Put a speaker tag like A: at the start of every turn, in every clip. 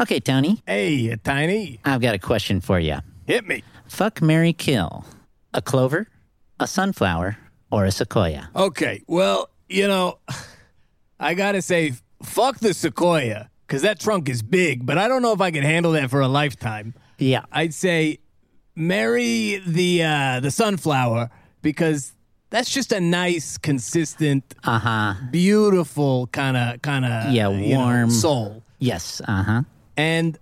A: Okay, Tony,
B: Hey, Tiny,
A: I've got a question for you.
B: hit me.
A: Fuck Mary Kill. A clover, a sunflower, or a sequoia?
B: Okay, well, you know, I gotta say, fuck the sequoia, because that trunk is big, but I don't know if I can handle that for a lifetime.
A: Yeah.
B: I'd say marry the uh, the sunflower because that's just a nice, consistent,
A: Uh huh.
B: beautiful kind of kind of
A: Yeah, warm.
B: soul.
A: Yes. Uh huh.
B: And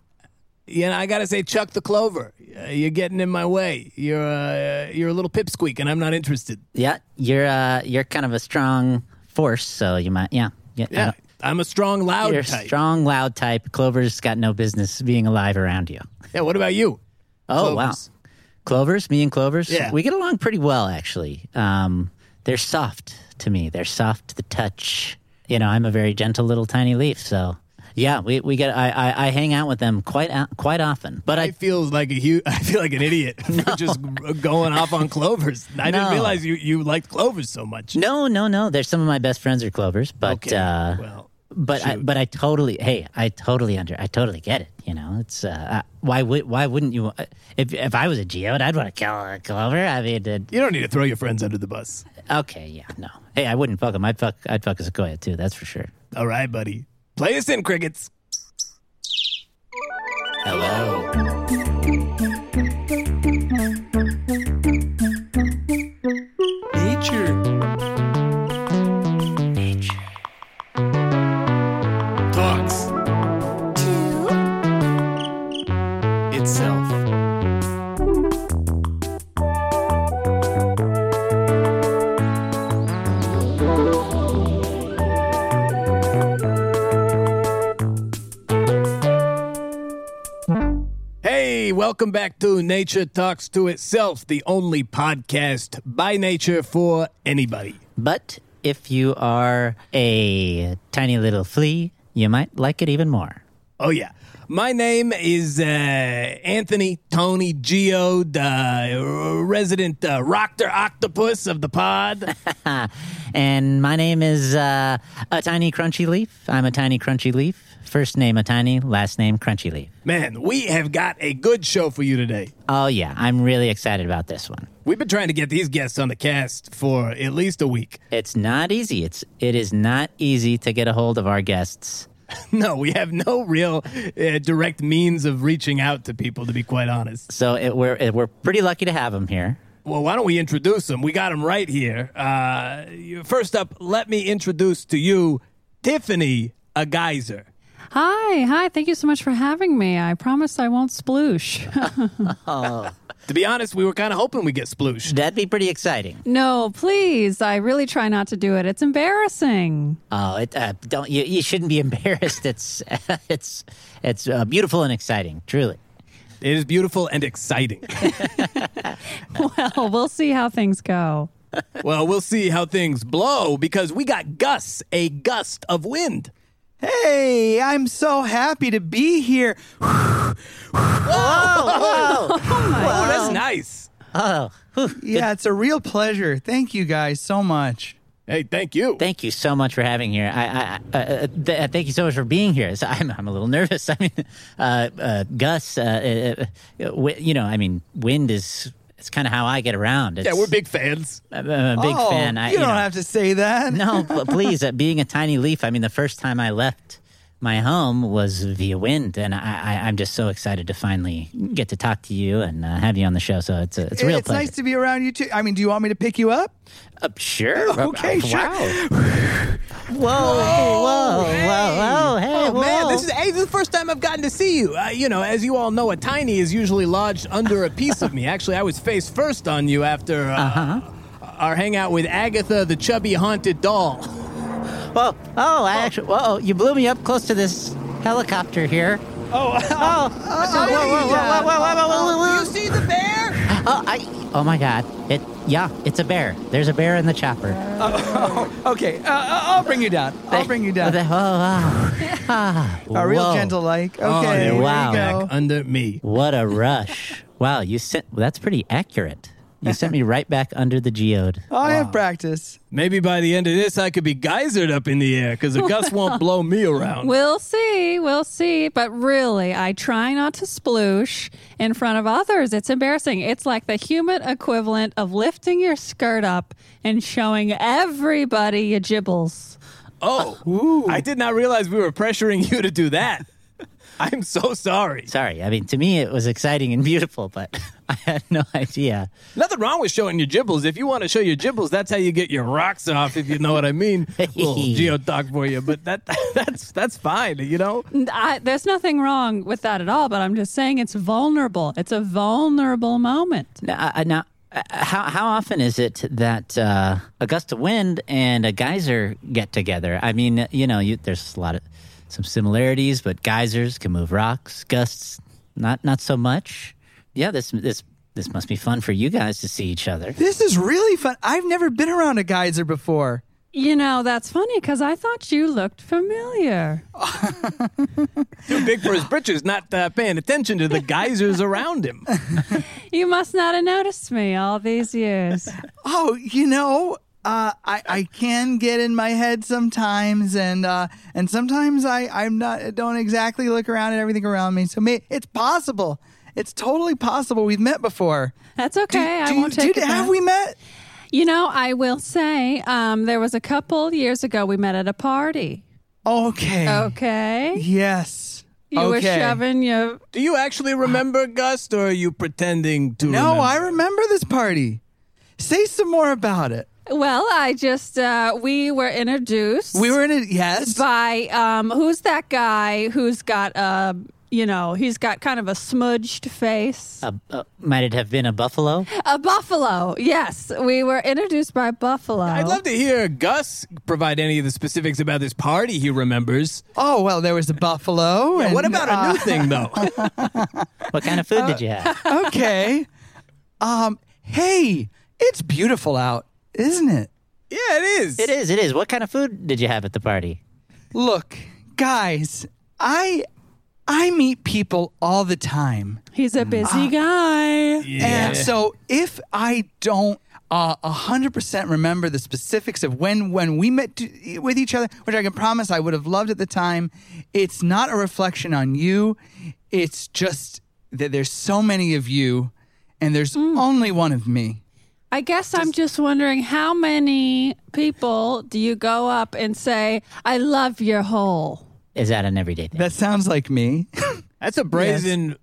B: you know, I gotta say, Chuck the Clover, uh, you're getting in my way. You're uh, you're a little pipsqueak, and I'm not interested.
A: Yeah. You're uh you're kind of a strong force, so you might yeah. Yeah. I
B: Yeah,
A: don't-
B: I'm a strong, loud
A: You're a
B: type.
A: strong, loud type. Clover's got no business being alive around you.
B: Yeah, what about you?
A: Oh
B: Clovers.
A: wow, clovers. Me and clovers.
B: Yeah.
A: we get along pretty well actually. Um, they're soft to me. They're soft to the touch. You know, I'm a very gentle little tiny leaf. So yeah, we we get. I I, I hang out with them quite o- quite often. But
B: I
A: I
B: feel like a huge. I feel like an idiot for just going off on clovers. I didn't
A: No.
B: realize you you liked clovers so much.
A: no no no. There's some of my best friends are clovers, but
B: Okay,
A: uh,
B: well,
A: but I, but I totally hey I totally under I totally get it. You know, it's uh, I, why would why wouldn't you? uh, If if I was a geode, I'd want to kill a clover. I mean, it,
B: you don't need to throw your friends under the bus.
A: okay, yeah, no. Hey, I wouldn't fuck them. I'd fuck I'd fuck a sequoia too. That's for sure.
B: All right, buddy. Play us in crickets.
A: Hello.
B: Nature talks itself. Hey, welcome back to Nature Talks to Itself, the only podcast by nature for anybody.
A: But if you are a tiny little flea, you might like it even more.
B: Oh yeah. My name is uh, Anthony Tony Geode, uh, resident uh, Rockter Octopus of the pod.
A: And my name is uh, a tiny crunchy leaf. I'm a tiny crunchy leaf. First name a tiny, last name crunchy leaf.
B: Man, we have got a good show for you today.
A: Oh yeah, I'm really excited about this one.
B: We've been trying to get these guests on the cast for at least a week.
A: It's not easy. It's it is not easy to get a hold of our guests.
B: No, we have no real uh, direct means of reaching out to people, to be quite honest.
A: So it, we're it, we're pretty lucky to have them here.
B: Well, why don't we introduce them? We got them right here. Uh, you- first up, let me introduce to you Tiffany A Geyser.
C: Hi, hi. Thank you so much for having me. I promise I won't sploosh.
B: To be honest, we were kind of hoping we get splooshed.
A: That'd be pretty exciting.
C: no, please. I really try not to do it. It's embarrassing.
A: Oh, it, uh, don't you? You shouldn't be embarrassed. It's it's it's uh, beautiful and exciting, truly.
B: It is beautiful and exciting.
C: Oh, Well, we'll see how things go.
B: well, we'll see how things blow because we got Gus, a gust of wind.
D: Hey, I'm so happy to be here.
B: Oh, that's nice.
A: Oh,
D: Yeah, it's a real pleasure. Thank you guys so much.
B: Hey, thank you.
A: Thank you so much for having here. I, I, uh, uh, th- uh, thank you so much for being here. So I'm, I'm a little nervous. I mean, uh, uh, Gus, uh, uh, uh, wi- you know, I mean, wind is it's kind of how I get around. It's,
B: yeah, we're big fans.
A: I'm I'm a big
D: oh,
A: fan. I,
D: you don't
A: know.
D: have to say that.
A: no, but please. Uh, being a tiny leaf, I mean, the first time I left my home was via wind, and I, I, I'm just so excited to finally get to talk to you and uh, have you on the show. So it's a, it's a real
D: it's
A: pleasure.
D: nice to be around you too. I mean, do you want me to pick you up?
A: Uh, sure.
D: Okay, sure.
A: Whoa, whoa, whoa, whoa, hey,
B: Oh,
A: whoa.
B: man, this is, hey, this is the first time I've gotten to see you. Uh, you know, as you all know, a tiny is usually lodged under a piece of me. Actually, I was face first on you after uh, our hangout with Agatha, the chubby haunted doll.
A: Whoa! Oh, I actually. Whoa! You blew me up close to this helicopter here.
D: Oh,
A: Oh! whoa, whoa, whoa, whoa, whoa, whoa, whoa, whoa, whoa.
B: You see the bear?
A: Oh, I. Oh my God! It. Yeah, it's a bear. There's a bear in the chopper.
D: okay. Uh, Uh, I'll bring you down. I'll bring you
A: Oh, the-
D: down.
A: oh, wow. Ah,
D: A real
A: whoa.
D: gentle like.
A: Oh,
D: Okay.
B: there
D: there
A: wow.
D: you
B: Back
D: go.
B: under me.
A: What a rush! wow, you sent. That's pretty accurate. You sent me right back under the geode.
D: I have practice.
B: Maybe by the end of this, I could be geysered up in the air because the Gus won't blow me around.
C: We'll see. We'll see. But really, I try not to sploosh in front of others. It's embarrassing. It's like the human equivalent of lifting your skirt up and showing everybody your jibbles.
B: Oh, I did not realize we were pressuring you to do that. I'm so sorry.
A: Sorry. I mean, to me, it was exciting and beautiful, but I had no idea.
B: Nothing wrong with showing your jibbles. If you want to show your jibbles, that's how you get your rocks off, if you know what I mean. Little geo talk for you, but that that's that's fine, you know.
C: And I, there's nothing wrong with that at all, but I'm just saying it's vulnerable. It's a vulnerable moment.
A: Now, uh, now uh, how, how often is it that uh, Augusta Wind and a geyser get together? I mean, you know, you, there's a lot of some similarities, but geysers can move rocks, gusts, not not so much. Yeah, this this this must be fun for you guys to see each other.
D: This is really fun. I've never been around a geyser before.
C: You know, that's funny because I thought you looked familiar.
B: Too big for his britches, not uh, paying attention to the geysers around him.
C: You must not have noticed me all these years.
D: Oh, you know, uh, I I can get in my head sometimes, and uh, and sometimes I I'm not don't exactly look around at everything around me. So may, it's possible. It's totally possible. We've met before.
C: That's okay.
D: do,
C: I won't
D: do,
C: take
D: do-
C: it
D: Have
C: back.
D: we met?
C: You know, I will say um, there was a couple years ago we met at a party.
D: Okay.
C: Okay.
D: Yes.
C: You
D: okay.
C: were shoving your.
B: Do you actually remember Gust or are you pretending to
D: No,
B: remember?
D: I remember this party. Say some more about it.
C: Well, I just, uh, we were introduced
D: We were in a yes.
C: by, um, who's that guy who's got a, you know, he's got kind of a smudged face?
A: Uh, uh, might it have been a buffalo?
C: A buffalo. Yes. We were introduced by Buffalo.
B: I'd love to hear Gus provide any of the specifics about this party he remembers.
D: Oh well, there was a buffalo.
B: What
D: and,
B: about a new thing, though?
A: What kind of food did you have?
D: uh, okay. Um. Hey, it's beautiful out, isn't it?
B: yeah, it is.
A: It is. It is. What kind of food did you have at the party?
D: Look, guys, I I meet people all the time.
C: He's a busy guy.
B: Yeah.
D: And so if I don't uh, 100% remember the specifics of when when we met t- with each other, which I can promise I would have loved at the time, it's not a reflection on you. It's just that there's so many of you and there's
B: Mm.
D: only one of me.
C: I guess I'm just wondering how many people do you go up and say, I love your hole?
A: Is that an everyday thing?
D: That sounds like me.
B: That's a brazen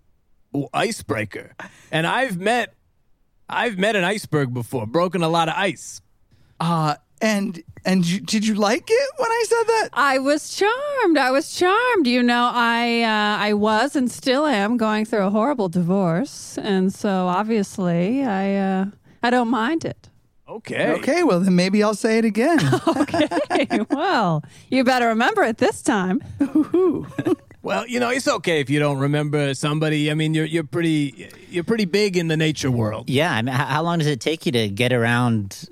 B: w icebreaker. And I've met, I've met an iceberg before, broken a lot of ice.
D: Uh and and you, did you like it when I said that?
C: I was charmed. I was charmed. You know, I uh, I was and still am going through a horrible divorce, and so obviously I uh, I don't mind it.
B: Okay.
D: Okay, well then maybe I'll say it again.
C: Okay, well, you better remember it this time.
B: Well, you know, it's okay if you don't remember somebody. I mean, you're you're pretty you're pretty big in the nature world.
A: Yeah, I mean, how, how long does it take you to get around?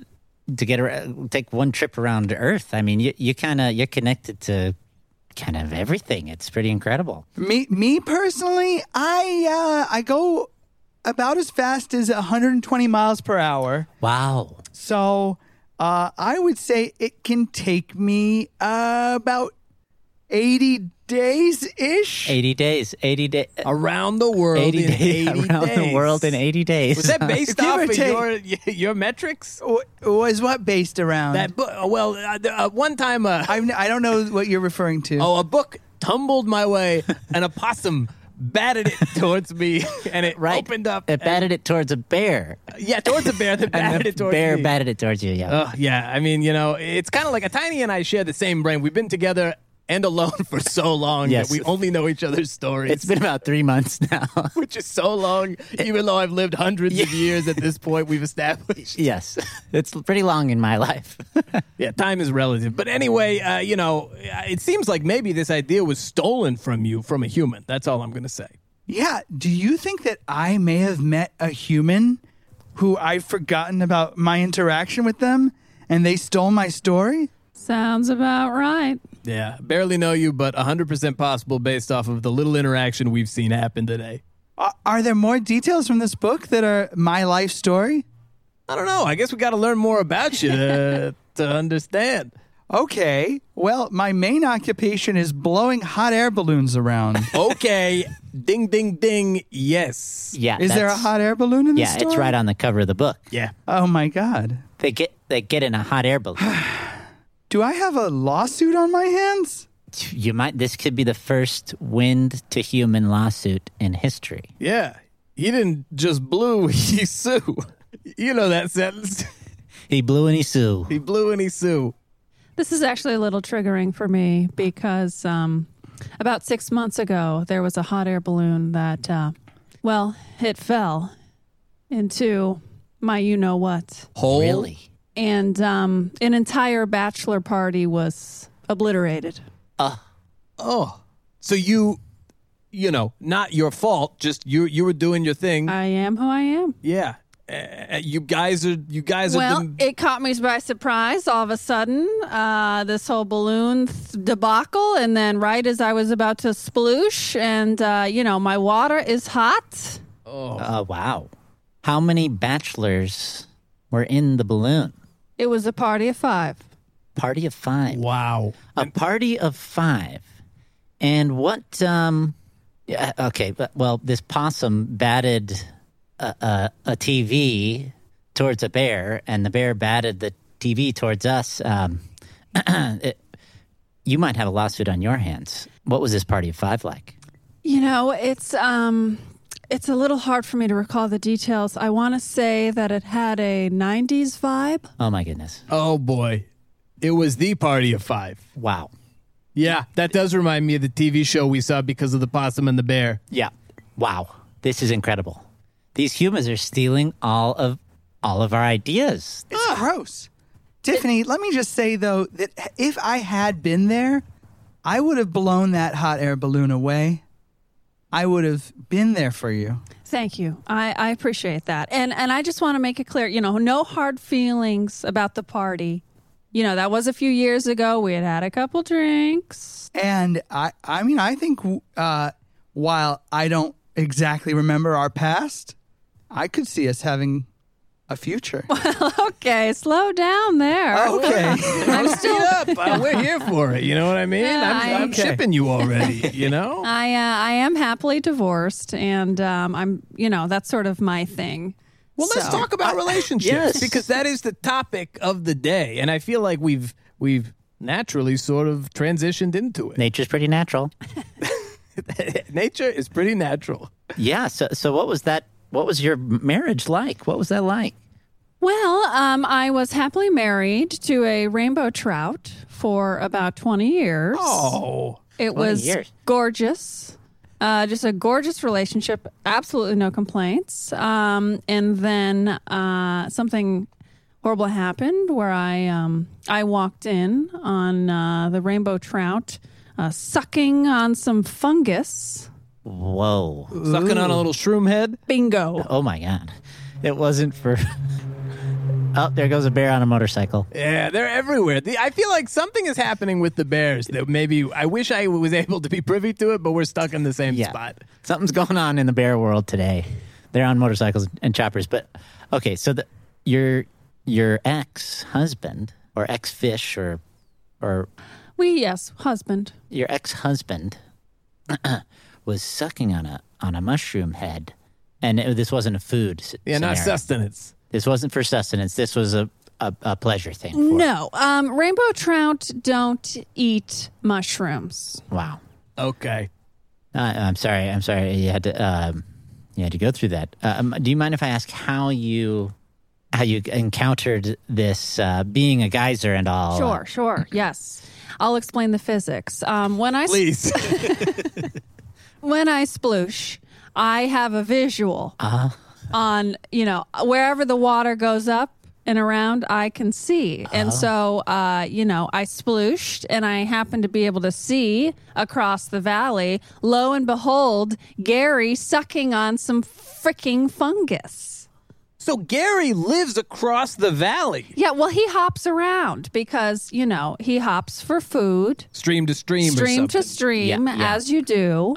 A: To get around, take one trip around Earth. I mean, you you kind of you're connected to kind of everything. It's pretty incredible.
D: Me, me personally, I uh, I go about as fast as 120 miles per hour.
A: Wow.
D: So uh, I would say it can take me uh, about 80 days ish.
A: Eighty days. Eighty days.
B: Around the world,
A: Eighty
B: in
A: days
B: 80
A: around the
B: days.
A: world in eighty days.
B: Was that based
D: Give
B: off
D: or
B: of
D: take.
B: your your metrics?
D: Was what based around?
B: That book. Well, uh, the- uh, one time, uh,
D: I've, n- I don't know what you're referring to.
B: oh, a book tumbled my way, and a possum batted it towards me, and it
A: right?
B: opened up.
A: It
B: and-
A: batted it towards a bear.
B: yeah, towards a bear. That
A: And
B: batted
A: the
B: it towards Oh.
A: bear
B: me.
A: batted it towards you. Yeah.
B: Ugh, yeah, I mean, you know, it's kind of like a Tiny and I share the same brain. We've been together and alone for so long
A: Yes.
B: that we only know each other's stories.
A: it's been about three months now.
B: which is so long, even though I've lived hundreds of years at this point, we've established.
A: yes, it's pretty long in my life.
B: Yeah, time is relative. But anyway, uh, you know, it seems like maybe this idea was stolen from you from a human. That's all I'm going to say.
D: yeah. Do you think that I may have met a human who I've forgotten about my interaction with them and they stole my story?
C: Sounds about right.
B: Yeah, barely know you, but 100% possible based off of the little interaction we've seen happen today.
D: Are, are there more details from this book that are my life story?
B: I don't know. I guess we got to learn more about you to, to understand.
D: Okay. Well, my main occupation is blowing hot air balloons around.
B: Okay, ding, ding, ding. Yes.
A: Yeah.
D: is there a
A: that's-
D: hot air balloon in the
A: Yeah,
D: store?
A: it's right on the cover of the book.
B: Yeah.
D: Oh my god.
A: They get they get in a hot air balloon.
D: Do I have a lawsuit on my hands?
A: you might. This could be the first wind to human lawsuit in history.
B: Yeah. He didn't just blew, he sue. You know that sentence.
A: He blew and he sued.
B: He blew and he sue.
C: This is actually a little triggering for me because um, about six months ago, there was a hot air balloon that, uh, well, it fell into my you know what.
B: Whole.
A: Really?
C: And um, an entire bachelor party was obliterated.
B: Oh. So you, you know, not your fault, just you you were doing your thing.
C: I am who I am.
B: yeah. Uh, you guys are, you guys are.
C: Well,
B: the-
C: it caught me by surprise all of a sudden, uh, this whole balloon th- debacle. And then, right as I was about to sploosh, and, uh, you know, my water is hot.
A: Oh wow! How many bachelors were in the balloon?
C: It was a party of five.
A: Party of five.
B: wow.
A: A party of five. And what? Um, yeah, okay. but- Well, this possum batted a, a, a TV towards a bear, and the bear batted the TV towards us. Um, it, you might have a lawsuit on your hands. What was this party of five like?
C: You know, it's um, it's a little hard for me to recall the details. I want to say that it had a '90s vibe.
A: Oh my goodness!
B: Oh, boy. It was the party of five.
A: Wow.
B: Yeah, that does remind me of the TV show we saw because of the possum and the bear.
A: Yeah. Wow. This is incredible. These humans are stealing all of all of our ideas.
D: It's gross. Tiffany, let me just say though that if I had been there, I would have blown that hot air balloon away. I would have been there for you.
C: Thank you. I, I appreciate that. And and I just want to make it clear, you know, no hard feelings about the party. You know, that was a few years ago. We had had a couple drinks.
D: And I, I mean, I think uh, while I don't exactly remember our past, I could see us having a future.
C: Okay, slow down there.
D: Okay.
C: I'm
B: Beat
C: still
B: up. Uh, we're here for it. You know what I mean? I'm, I'm
D: Okay.
B: shipping you already, you know?
C: I uh, I am happily divorced and um, I'm, you know, that's sort of my thing.
B: Well, let's
C: So-
B: talk about relationships because that is the topic of the day, and I feel like we've we've naturally sort of transitioned into it.
A: Nature's pretty natural.
B: Nature is pretty natural.
A: Yeah. So so what was that? What was your marriage like? What was that like?
C: Well, um, I was happily married to a rainbow trout for about 20 years.
B: Oh,
C: it was
A: years.
C: gorgeous. Uh, just a gorgeous relationship. Absolutely no complaints. Um, and then uh, something horrible happened where I um, I walked in on uh, the rainbow trout uh, sucking on some fungus.
A: Whoa.
B: sucking on a little shroom head.
C: Bingo.
A: Oh my god. It wasn't for. oh, there goes a bear on a motorcycle.
B: Yeah, they're everywhere. The, I feel like something is happening with the bears that maybe I wish I was able to be privy to it, but we're stuck in the same
A: Yeah.
B: spot.
A: Something's going on in the bear world today. They're on motorcycles and choppers. But okay, so the, your your ex husband or ex fish or or
C: We yes, husband.
A: your ex-husband was sucking on a on a mushroom head, and it, this wasn't a food. s-
B: Yeah, not
A: scenario.
B: sustenance.
A: This wasn't for sustenance. This was a a, a pleasure thing. For
C: No, um, rainbow trout don't eat mushrooms.
A: Wow.
B: Okay.
A: Uh, I'm sorry. I'm sorry. You had to um, you had to go through that. Uh, um, do you mind if I ask how you how you encountered this uh, being a geyser and all?
C: Sure, sure. Yes. I'll explain the physics. Um, when I
B: Please.
C: when I sploosh, I have a visual
A: Uh-huh.
C: on you know wherever the water goes up and around, I can see, and
A: Uh-huh.
C: so uh, you know I splooshed, and I happened to be able to see across the valley. Lo and behold, Gary sucking on some freaking fungus.
B: so Gary lives across the valley,
C: Yeah, well, he hops around because you know he hops for food.
B: stream to stream,
C: stream
B: or something. Uh-huh.
C: to stream
A: Yeah, yeah.
C: as you do.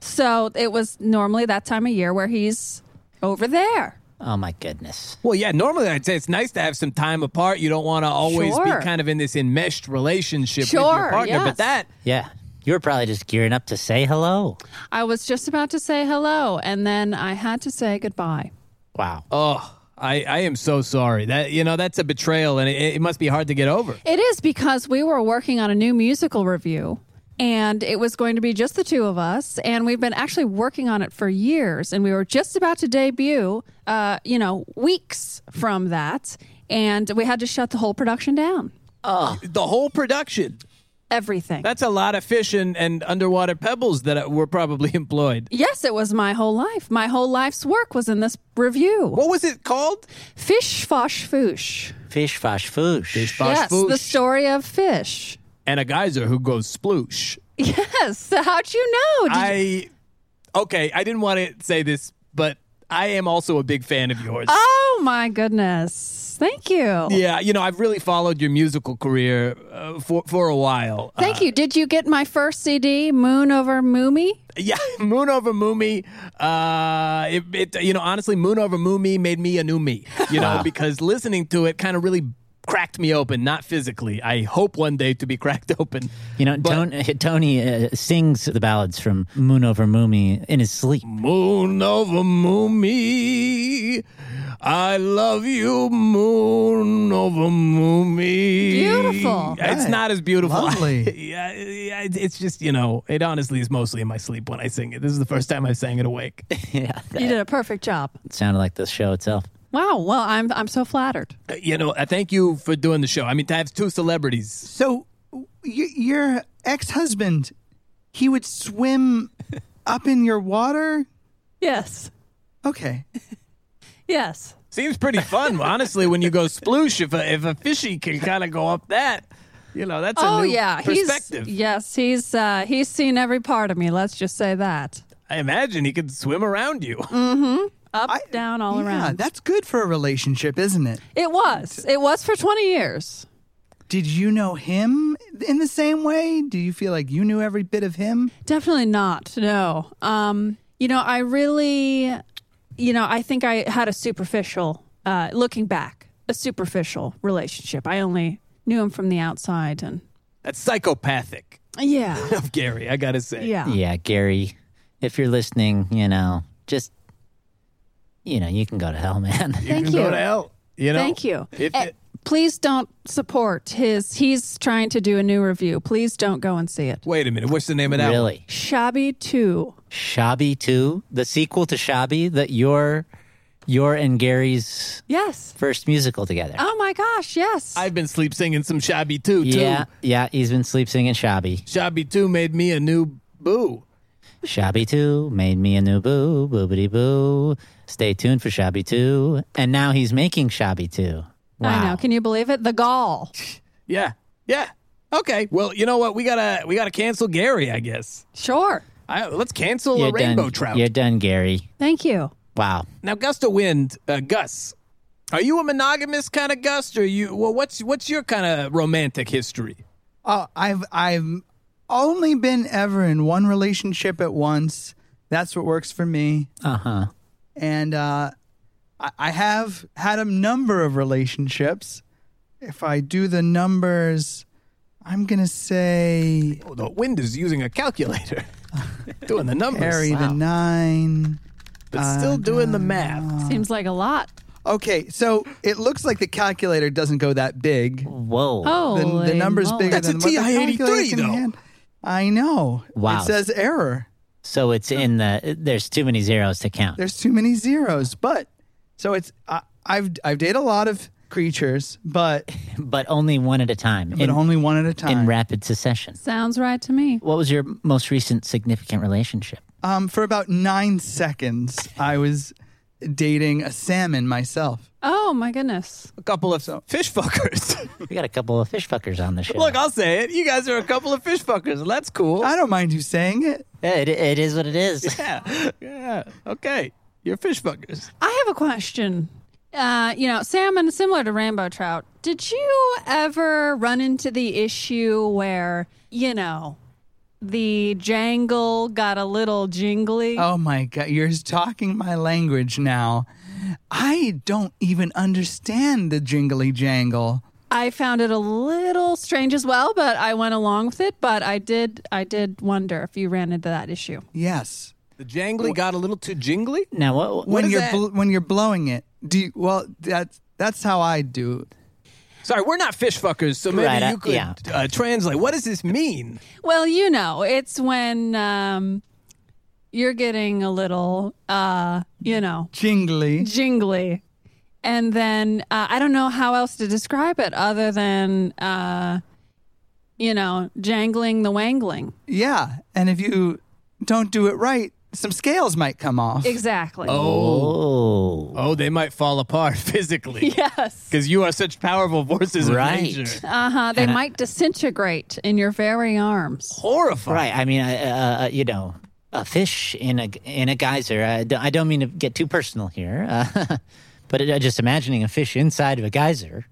C: So it was normally that time of year where he's over there.
A: Oh my goodness.
B: Well, yeah, normally I'd say it's nice to have some time apart. You don't want to always
C: Sure.
B: be kind of in this enmeshed relationship with your
C: Sure,
B: partner. But
C: yes.
B: that,
A: Yeah. You were probably just gearing up to say hello.
C: I was just about to say hello, and then I had to say goodbye.
A: Wow.
B: oh, I, I am so sorry. That you know, that's a betrayal, and it, it must be hard to get over.
C: It is because we were working on a new musical review and it was going to be just the two of us. And we've been actually working on it for years and we were just about to debut, uh, you know, weeks from that. And we had to shut the whole production down.
B: The whole production.
C: Everything.
B: That's a lot of fish and, and underwater pebbles that uh, were probably employed.
C: yes, it was my whole life. My whole life's work was in this review.
B: What was it called?
C: Fish Fosh Foosh.
A: Fish, fosh, foosh.
B: Fosh
C: yes,
B: foosh.
C: the story of fish.
B: And a geyser who goes sploosh.
C: Yes. How'd you know? Did you-
B: I okay. I didn't want to say this, but I am also a big fan of yours.
C: oh my goodness. Thank you.
B: Yeah, you know, I've really followed your musical career uh, for for a while. Uh,
C: Thank you. Did you get my first CD, Moon Over Moomy?
B: yeah, Moon Over Moomy. Uh, it, it, you know, honestly, Moon Over Moomy made me a new me. You know, because listening to it kind of really cracked me open, not physically. I hope one day to be cracked open.
A: You know, Tony, Tony uh, sings the ballads from Moon Over Moomy in his sleep.
B: Mm. Moon over Moomy. I love you, Moon over Moomy.
C: Beautiful.
B: It's not as beautiful.
D: Lovely.
B: yeah, yeah, it- it's just, you know, it honestly is mostly in my sleep when I sing it. This is the first time I sang it awake.
A: yeah,
C: You did a perfect job.
A: it sounded like the show itself.
C: Wow. Well, I'm I'm so flattered.
B: you know, uh, thank you for doing the show. I mean, to have two celebrities.
D: So y- your ex-husband, he would swim up in your water.
C: Yes.
D: Okay.
C: Yes.
B: Seems pretty fun, honestly, when you go sploosh. If a, if a fishy can kind of go up that, you know, that's
C: oh
B: a new
C: yeah.
B: perspective.
C: He's yes. He's uh, he's seen every part of me. Let's just say that
B: I imagine he could swim around you.
C: Mm. up, down, all
D: yeah,
C: around.
D: that's good for a relationship, isn't it?
C: it was. It was for 20 years.
D: Did you know him in the same way? Do you feel like you knew every bit of him?
C: Definitely not. No. Um. You know, I really, you know, I think I had a superficial, uh, looking back, a superficial relationship. I only knew him from the outside, and
B: That's psychopathic
C: yeah.
B: of Gary, I gotta say.
C: Yeah.
A: Yeah, Gary, if you're listening, you know, just, you know, you can go to hell, man.
C: Thank
B: Go
C: you.
B: to hell. You know?
C: Thank you.
B: If
C: Eh,
B: it-
C: please don't support his. He's trying to do a new review. Please don't go and see it.
B: Wait a minute. What's the name of that? one?
A: really.
C: Shabby 2.
A: Shabby 2, the sequel to Shabby, that your, your and Gary's
C: Yes.
A: first musical together.
C: Oh my gosh. Yes.
B: I've been sleep singing some Shabby too.
A: yeah,
B: too.
A: yeah, he's been sleep singing Shabby.
B: Shabby 2 made me a new boo.
A: Shabby 2 made me a new boo, boobity boo. Stay tuned for Shabby 2. And now he's making Shabby 2. Wow.
C: I know. Can you believe it? The gall.
B: Yeah. Yeah. Okay. Well, you know what? We gotta we gotta cancel Gary, I guess.
C: Sure.
B: I, let's cancel
A: you're
B: a rainbow
A: done,
B: trout.
A: You're done, Gary.
C: Thank you.
A: Wow.
B: Now, Gusta Wind, uh, Gus, are you a monogamous kind of Gust, or you? Well, what's what's your kind of romantic history?
D: Oh, I've I've only been ever in one relationship at once. That's what works for me.
A: Uh huh.
D: and uh, I, I have had a number of relationships. If I do the numbers, I'm gonna say
B: Oh, the wind is using a calculator, doing the numbers,
D: carry the nine.
B: but still doing the math.
C: Seems like a lot.
D: Okay, so it looks like the calculator doesn't go that big.
A: Whoa.
C: Oh,
D: The, the number's bigger
B: That's a
D: than what the
B: TI-83
D: calculator can
B: though.
D: hand- I know.
A: Wow.
D: It says error.
A: So it's in the, there's too many zeros to count.
D: There's too many zeros, but so it's I, I've I've dated a lot of creatures, but
A: but only one at a time
D: but
A: in,
D: only one at a time.
A: in rapid succession.
C: Sounds right to me.
A: What was your most recent significant relationship?
D: Um, for about nine seconds, I was dating a salmon myself.
C: Oh my goodness.
B: A couple of fish fuckers.
A: We got a couple of fish fuckers on the show.
B: Look, I'll say it. You guys are a couple of fish fuckers. and That's cool.
D: I don't mind you saying it.
A: Yeah, it, it is what it is.
B: Yeah. Yeah. Okay. You're fish fuckers.
C: I have a question. Uh, you know, salmon, similar to rainbow trout, did you ever run into the issue where, you know, the jangle got a little jingly?
D: Oh my God, you're talking my language now. I don't even understand the jingly jangle.
C: I found it a little strange as well, but I went along with it. But I did, I did wonder if you ran into that issue.
D: Yes.
B: The jangly got a little too jingly.
A: Now, what?
D: when
B: is
D: you're
B: that?
D: bl- when you're blowing it, do you, well that's that's how I do. it.
B: Sorry, we're not fish fuckers, so maybe
A: Right, uh,
B: you could
A: yeah.
B: uh, translate. What does this mean?
C: Well, you know, it's when um, you're getting a little, uh, you know,
D: Jingly.
C: jingly. And then uh, I don't know how else to describe it other than, uh, you know, jangling the wangling.
D: Yeah, and if you don't do it right, some scales might come off.
C: Exactly.
A: Oh,
B: Oh, they might fall apart physically
C: Yes.
B: because you are such powerful forces
A: Right.
B: of nature.
C: Uh huh. They might disintegrate in your very arms.
B: Horrifying.
A: right. I mean, uh, uh, you know, a fish in a in a geyser. I, d- I don't mean to get too personal here, uh, but it, uh, just imagining a fish inside of a geyser,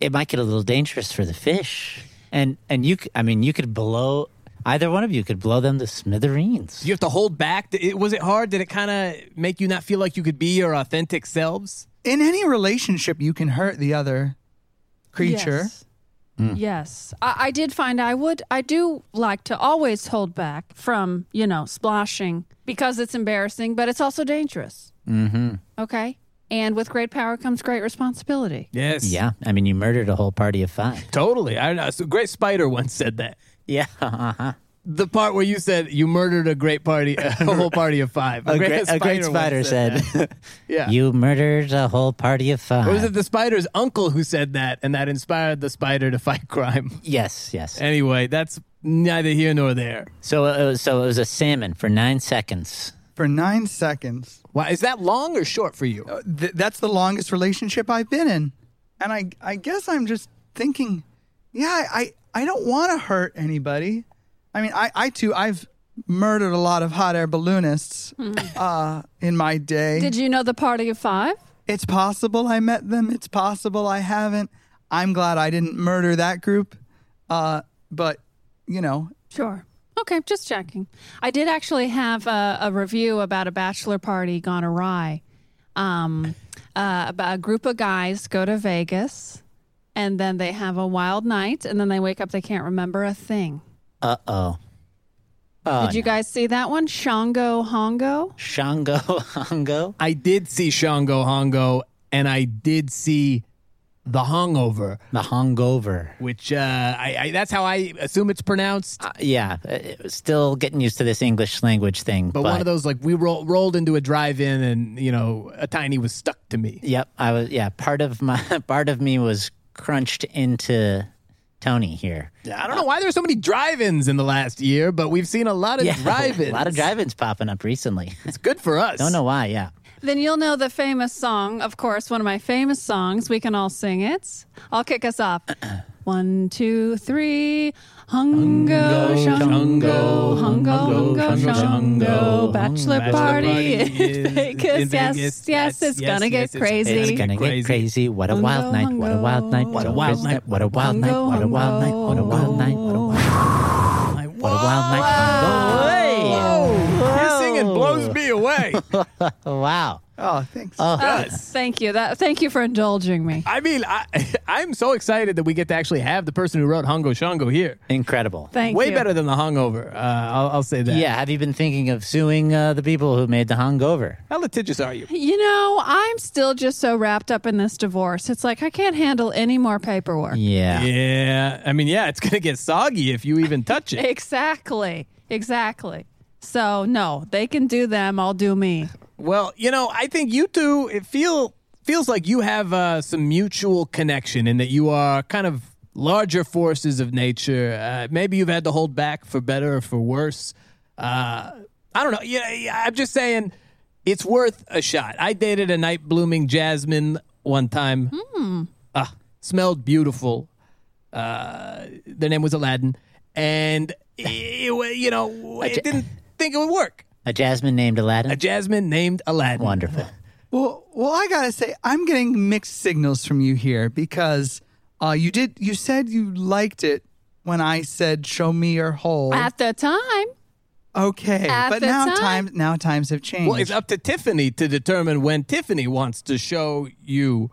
A: it might get a little dangerous for the fish. And and you, c- I mean, you could blow either one of you could blow them to smithereens.
B: You have to hold back. Did It, was it hard? Did it kind of make you not feel like you could be your authentic selves?
D: In any relationship, you can hurt the other creature.
C: Yes. Yes. I, I did find I would, I do like to always hold back from, you know, splashing because it's embarrassing, but it's also dangerous. Mm-hmm. Okay. And with great power comes great responsibility.
B: Yes.
A: yeah, I mean, you murdered a whole party of five.
B: Totally. I know. So Great Spider once said that.
A: Yeah, uh-huh.
B: The part where you said you murdered a great party, a whole party of five.
A: a great, a great
B: once
A: spider said,
B: that. "Yeah."
A: "You murdered a whole party of five.
B: Or was it the spider's uncle who said that, and that inspired the spider to fight crime?
A: Yes, yes.
B: Anyway, that's neither here nor there.
A: So, uh, so it was a salmon for nine seconds.
D: For nine seconds. Uh,
B: Why is that long or short for you?
D: Th- that's the longest relationship I've been in. And I, I guess I'm just thinking, yeah, I, I don't want to hurt anybody. I mean, I, I too, I've murdered a lot of hot air balloonists uh, in my day.
C: Did you know the party of five?
D: it's possible I met them. It's possible I haven't. I'm glad I didn't murder that group. Uh, but, you know,
C: Sure. Okay, just checking. I did actually have a, a review about a bachelor party gone awry. Um, uh, about a group of guys go to Vegas and then they have a wild night and then they wake up, they can't remember a thing.
A: Uh oh.
C: did you guys see that one? Shango Hongo?
A: Shango, Hongo.
B: I did see Shango Hongo, and I did see The Hungover,
A: The Hongover.
B: which uh, I, I, that's how I assume it's pronounced.
A: Uh, yeah, uh, still getting used to this English language thing.
B: But,
A: But,
B: one of those, like, we roll, rolled into a drive-in, and you know, a tiny was stuck to me.
A: Yep, I was. Yeah, part of my part of me was crunched into Tony here.
B: I don't know why there's so many drive-ins in the last year, but we've seen a lot of
A: Yeah,
B: drive-ins.
A: a lot of drive-ins popping up recently.
B: It's good for us.
A: Don't know why. Yeah.
C: Then you'll know the famous song, of course, one of my famous songs. We can all sing it. I'll kick us off. one, two, three. Hungo, shungo, hungo, hungo, shungo. Bachelor
B: Bachelor party
C: party in
B: is in
C: Vegas. Yes,
B: Vegas.
C: yes, it's
B: Yes,
C: gonna
B: yes,
C: get
B: it's-
C: crazy.
A: It's gonna
B: Crazy.
A: get crazy. What a wild
C: Hungo,
A: night. What a wild night. What a
C: hungo.
A: wild night. What a wild night. What a wild night. What a wild night. What a wild night.
B: Like,
A: What a wild night. Hungo.
B: Your singing blows me away.
A: Hey. Wow.
D: oh, thanks.
C: Uh, thank you. That, thank you for indulging me.
B: I mean, I, I'm so excited that we get to actually have the person who wrote Hongo Shango here.
A: Incredible.
C: Thank
B: Way
C: you.
B: better than The Hungover. Uh, I'll, I'll say that.
A: Yeah, have you been thinking of suing uh, the people who made the hungover?
B: How litigious are you?
C: You know, I'm still just so wrapped up in this divorce. It's like I can't handle any more paperwork.
A: Yeah.
B: Yeah. I mean, yeah, it's going to get soggy if you even touch it.
C: Exactly. Exactly. So no, they can do them. I'll do me.
B: Well, you know, I think you two it feel feels like you have uh, some mutual connection, in that you are kind of larger forces of nature. Uh, maybe you've had to hold back for better or for worse. Uh, I don't know. Yeah, yeah, I'm just saying, it's worth a shot. I dated a night blooming jasmine one time. Ah, smelled beautiful. Uh, their name was Aladdin, and it, wa- you know, I didn't think it would work.
A: A jasmine named Aladdin.
B: A jasmine named Aladdin.
A: Wonderful.
D: Well, well, I gotta say, I'm getting mixed signals from you here because uh, you did. You said you liked it when I said, "Show me your hole."
C: At the time,
D: Okay,
C: At
D: but
C: the
D: now
C: time.
D: times now times have changed.
B: Well, it's up to Tiffany to determine when Tiffany wants to show you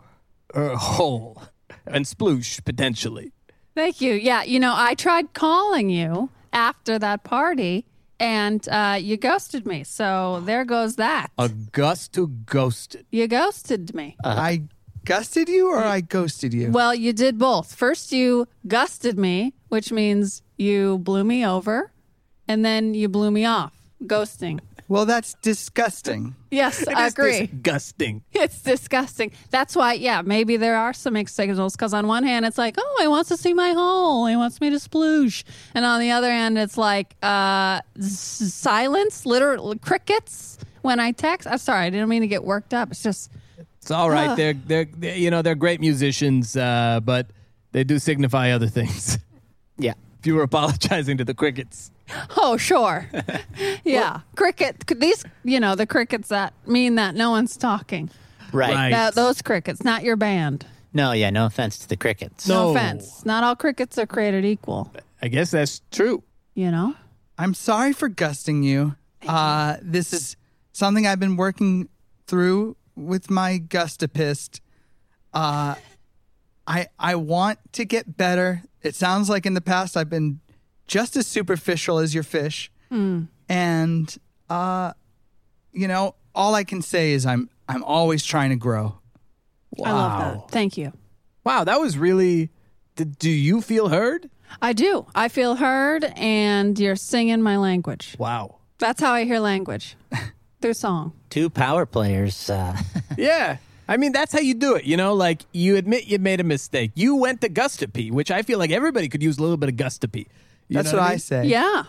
B: her hole and sploosh potentially.
C: Thank you. Yeah, you know, I tried calling you after that party, and uh, you ghosted me. So there goes that.
B: Uh, August who ghosted.
C: you ghosted me.
B: uh-huh.
D: I gusted you or I ghosted you?
C: Well, you did both. First, you gusted me, which means you blew me over, and then you blew me off, ghosting.
D: Well, that's disgusting.
C: Yes, I agree.
B: Disgusting.
C: It's disgusting. That's why, yeah, maybe there are some mixed signals because on one hand, it's like, oh, he wants to see my hole. He wants me to sploosh. And on the other hand, it's like uh, s- silence, literal crickets when I text. I'm sorry, I didn't mean to get worked up. It's just,
B: It's all right. They're, they're they're- you know they're great musicians, uh, but they do signify other things.
A: Yeah.
B: If you were apologizing to the crickets,
C: oh, sure. yeah. cricket, these, you know, the crickets that mean that no one's talking.
A: Right.
B: Right.
C: That, those crickets, not your band.
A: No, yeah, no offense to the crickets.
C: No
B: No.
C: offense. Not all crickets are created equal,
B: I guess that's true.
C: you know?
D: I'm sorry for gusting you. Uh, this is something I've been working through with my gustapist. Uh, I I want to get better. It sounds like in the past I've been just as superficial as your fish, and uh, you know all I can say is I'm I'm always trying to grow.
C: I love that. Thank you.
B: Wow, that was really. d- Do you feel heard?
C: I do. I feel heard, and you're singing my language.
B: Wow.
C: That's how I hear language through song.
A: Two power players. Uh,
B: Yeah. I mean, that's how you do it. You know, like you admit you made a mistake. You went to Gustapy, which I feel like everybody could use a little bit of Gustapy. You
D: That's
B: know
D: what I,
B: mean?
D: say.
C: Yeah.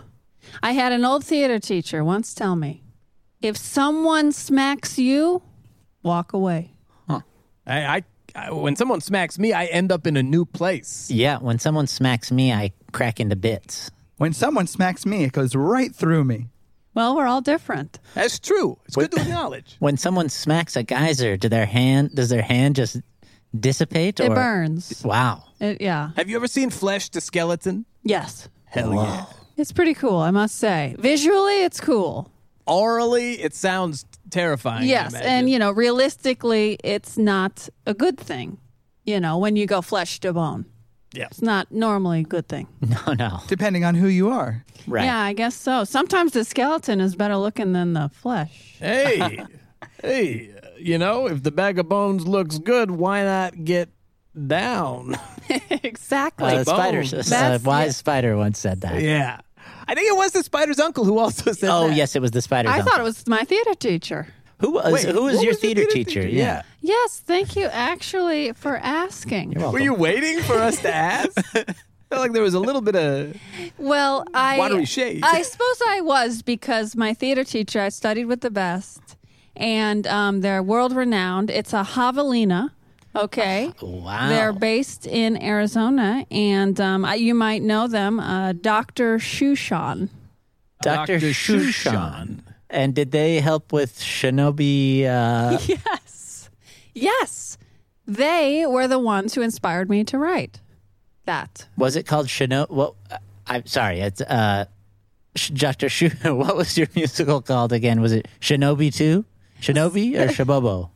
C: I had an old theater teacher once tell me if someone smacks you, walk away.
B: I, I, I, when someone smacks me, I end up in a new place.
A: yeah, when someone smacks me, I crack into bits.
D: When someone smacks me, it goes right through me.
C: Well, we're all different.
B: That's true. It's good to acknowledge.
A: When someone smacks a geyser, do their hand does their hand just dissipate
C: It
A: or
C: burns.
A: Wow.
C: It, yeah.
B: Have you ever seen Flesh to Skeleton?
C: Yes.
B: Hell yeah.
C: It's pretty cool, I must say. Visually, it's cool.
B: Orally, it sounds terrifying. I
C: yes.
B: imagine.
C: And, you know, realistically, it's not a good thing, you know, when you go flesh to bone.
B: Yeah.
C: It's not normally a good thing.
A: No, no.
D: Depending on who you are.
A: Right.
C: Yeah, I guess so. Sometimes the skeleton is better looking than the flesh.
B: hey, hey, you know, if the bag of bones looks good, why not get down?
C: exactly.
A: Uh,
B: bone.
A: spider,
B: That's-
A: uh, wise
C: yeah.
A: spider once said that.
B: yeah. I think it was the spider's uncle who also said
A: Oh
B: that.
A: yes, it was the spider.
C: I thought it was my theater teacher.
A: who was
B: Wait,
A: who was
B: what
A: your
B: was the
A: theater, teacher? Yeah,
C: Yes, thank you actually for asking.
A: You're
B: Were
A: welcome.
B: you waiting for us to ask? Felt like there was a little bit of
C: Well, I
B: Watery shade.
C: I suppose I was because my theater teacher I studied with the best and um, they're world renowned. It's a javelina. Okay.
A: Oh, Wow.
C: They're based in Arizona, and um, I, you might know them, uh, Dr. Shushan.
A: Dr.
B: Dr.
A: Shushan.
B: Shushan.
A: And did they help with Shinobi? Uh,
C: Yes. Yes. They were the ones who inspired me to write that.
A: was it called Shinobi? What? I'm sorry. It's uh, Sh- Dr. Shu. What was your musical called again? Was it Shinobi Two? Shinobi or Shabobo?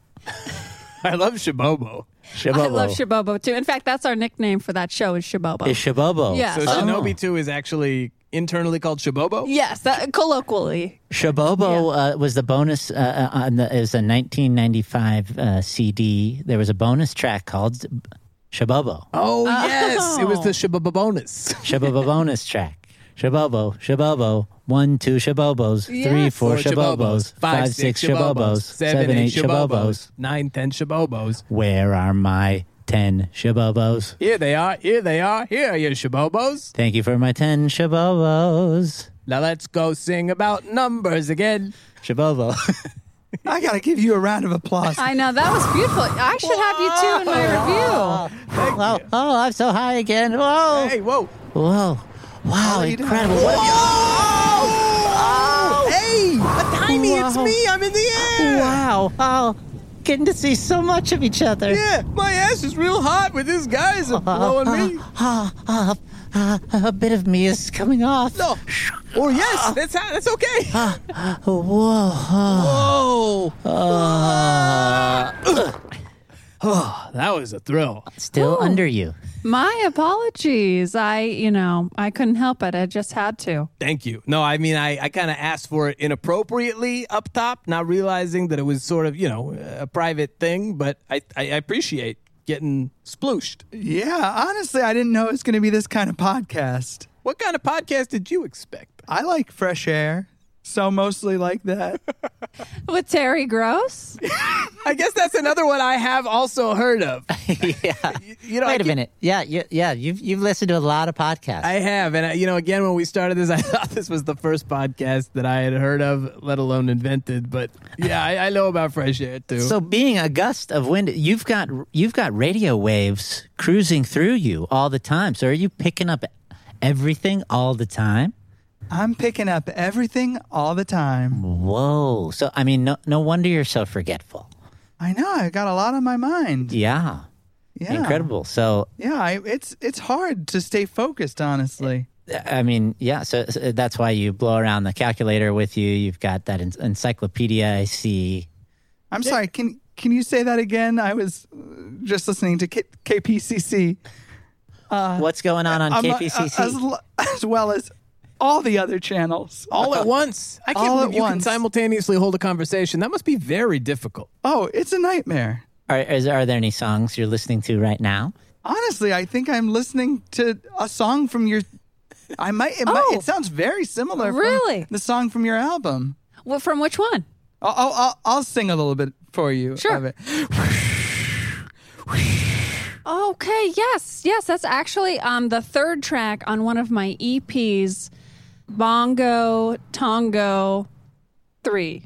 B: I love Shibobo.
A: Shabobo.
C: I love Shabobo too. In fact, that's our nickname for that show is Shabobo.
A: Is Um, Shabobo?
C: Yes.
B: So
C: Oh.
B: Shinobi 2 is actually internally called Shibobo?
C: yes, that, colloquially.
A: Shabobo uh, was the bonus uh, uh, on the. It was a 1995 uh, CD. There was a bonus track called Shabobo.
B: Oh, yes. It was the Shibobo bonus.
A: Shabobo bonus track. Shabobo, Shabobo, one, two Shabobos, three,
C: Yes.
A: four Shabobos, five, six Shabobos, seven, eight Shabobos.
B: nine, ten Shibobos.
A: Where are my ten Shabobos?
B: Here they are, here they are, here are your Shibobos.
A: Thank you for my ten Shabobos.
B: Now let's go sing about numbers again.
A: Shabobo.
D: I gotta give you a round of applause.
C: I know that was beautiful. I should have you too in my review.
A: oh, oh, I'm so high again. Whoa.
B: Hey, whoa.
A: Whoa. Wow,
D: you doing?
A: Oh, incredible. What have
B: Oh! Hey, a tiny, it's
A: Wow.
B: me. I'm in the
A: you-
B: air.
A: Wow. Oh, getting to see so much of each other.
B: Yeah, my ass is real hot with this guy's blowing me.
A: Ah, ah, uh, a bit of me is coming off.
B: No. Or Oh, yes, that's how, that's okay.
A: Whoa. huh.
B: Oh. Ah. oh, that was a thrill.
A: Still under you.
C: My apologies. I, you know, I couldn't help it. I just had to.
B: Thank you. No, I mean, I, I kind of asked for it inappropriately up top, not realizing that it was sort of, you know, a private thing, but I, I appreciate getting splooshed.
D: Yeah, honestly, I didn't know it was going to be this kind of podcast.
B: What kind of podcast did you expect?
D: I like fresh air, so mostly like that.
C: With Terry Gross?
B: I guess that's another one I have also heard of.
A: yeah.
B: You know, I
A: Wait a
B: keep-
A: minute. Yeah, you, yeah. You've you've listened to a lot of podcasts.
B: I have, and I, you know, again, when we started this, I thought this was the first podcast that I had heard of, let alone invented. But yeah, I, I know about fresh air too.
A: so being a gust of wind, you've got you've got radio waves cruising through you all the time. So are you picking up everything all the time?
D: I'm picking up everything all the time.
A: Whoa. So I mean, no no wonder you're so forgetful.
D: I know I got a lot on my mind.
A: Yeah.
D: Yeah,
A: Incredible. So
D: Yeah, I, it's it's hard to stay focused, honestly.
A: I mean, yeah. So, so that's why you blow around the calculator with you. You've got that en- encyclopedia. I see.
D: I'm sorry. Can can you say that again? I was uh, just listening to K- KPCC
A: What's going on on
D: I'm, uh,
A: KPCC?
D: as, l- as well as all the other channels.
B: all at once, I can't
D: All
B: believe
D: at
B: you can
D: once.
B: simultaneously hold a conversation. That must be very difficult.
D: Oh, it's a nightmare.
A: are, is, are there any songs you're listening to right now?
D: Honestly, I think I'm listening to a song from your. I might. It, might,
C: Oh.
D: it sounds very similar. from
C: Really?
D: the song from your album.
C: Well, from which one?
D: I'll, I'll, I'll, I'll sing a little bit for you.
C: Sure.
D: Of it.
C: Okay, yes, yes, that's actually um, the third track on one of my EPs, Bongo Tongo 3.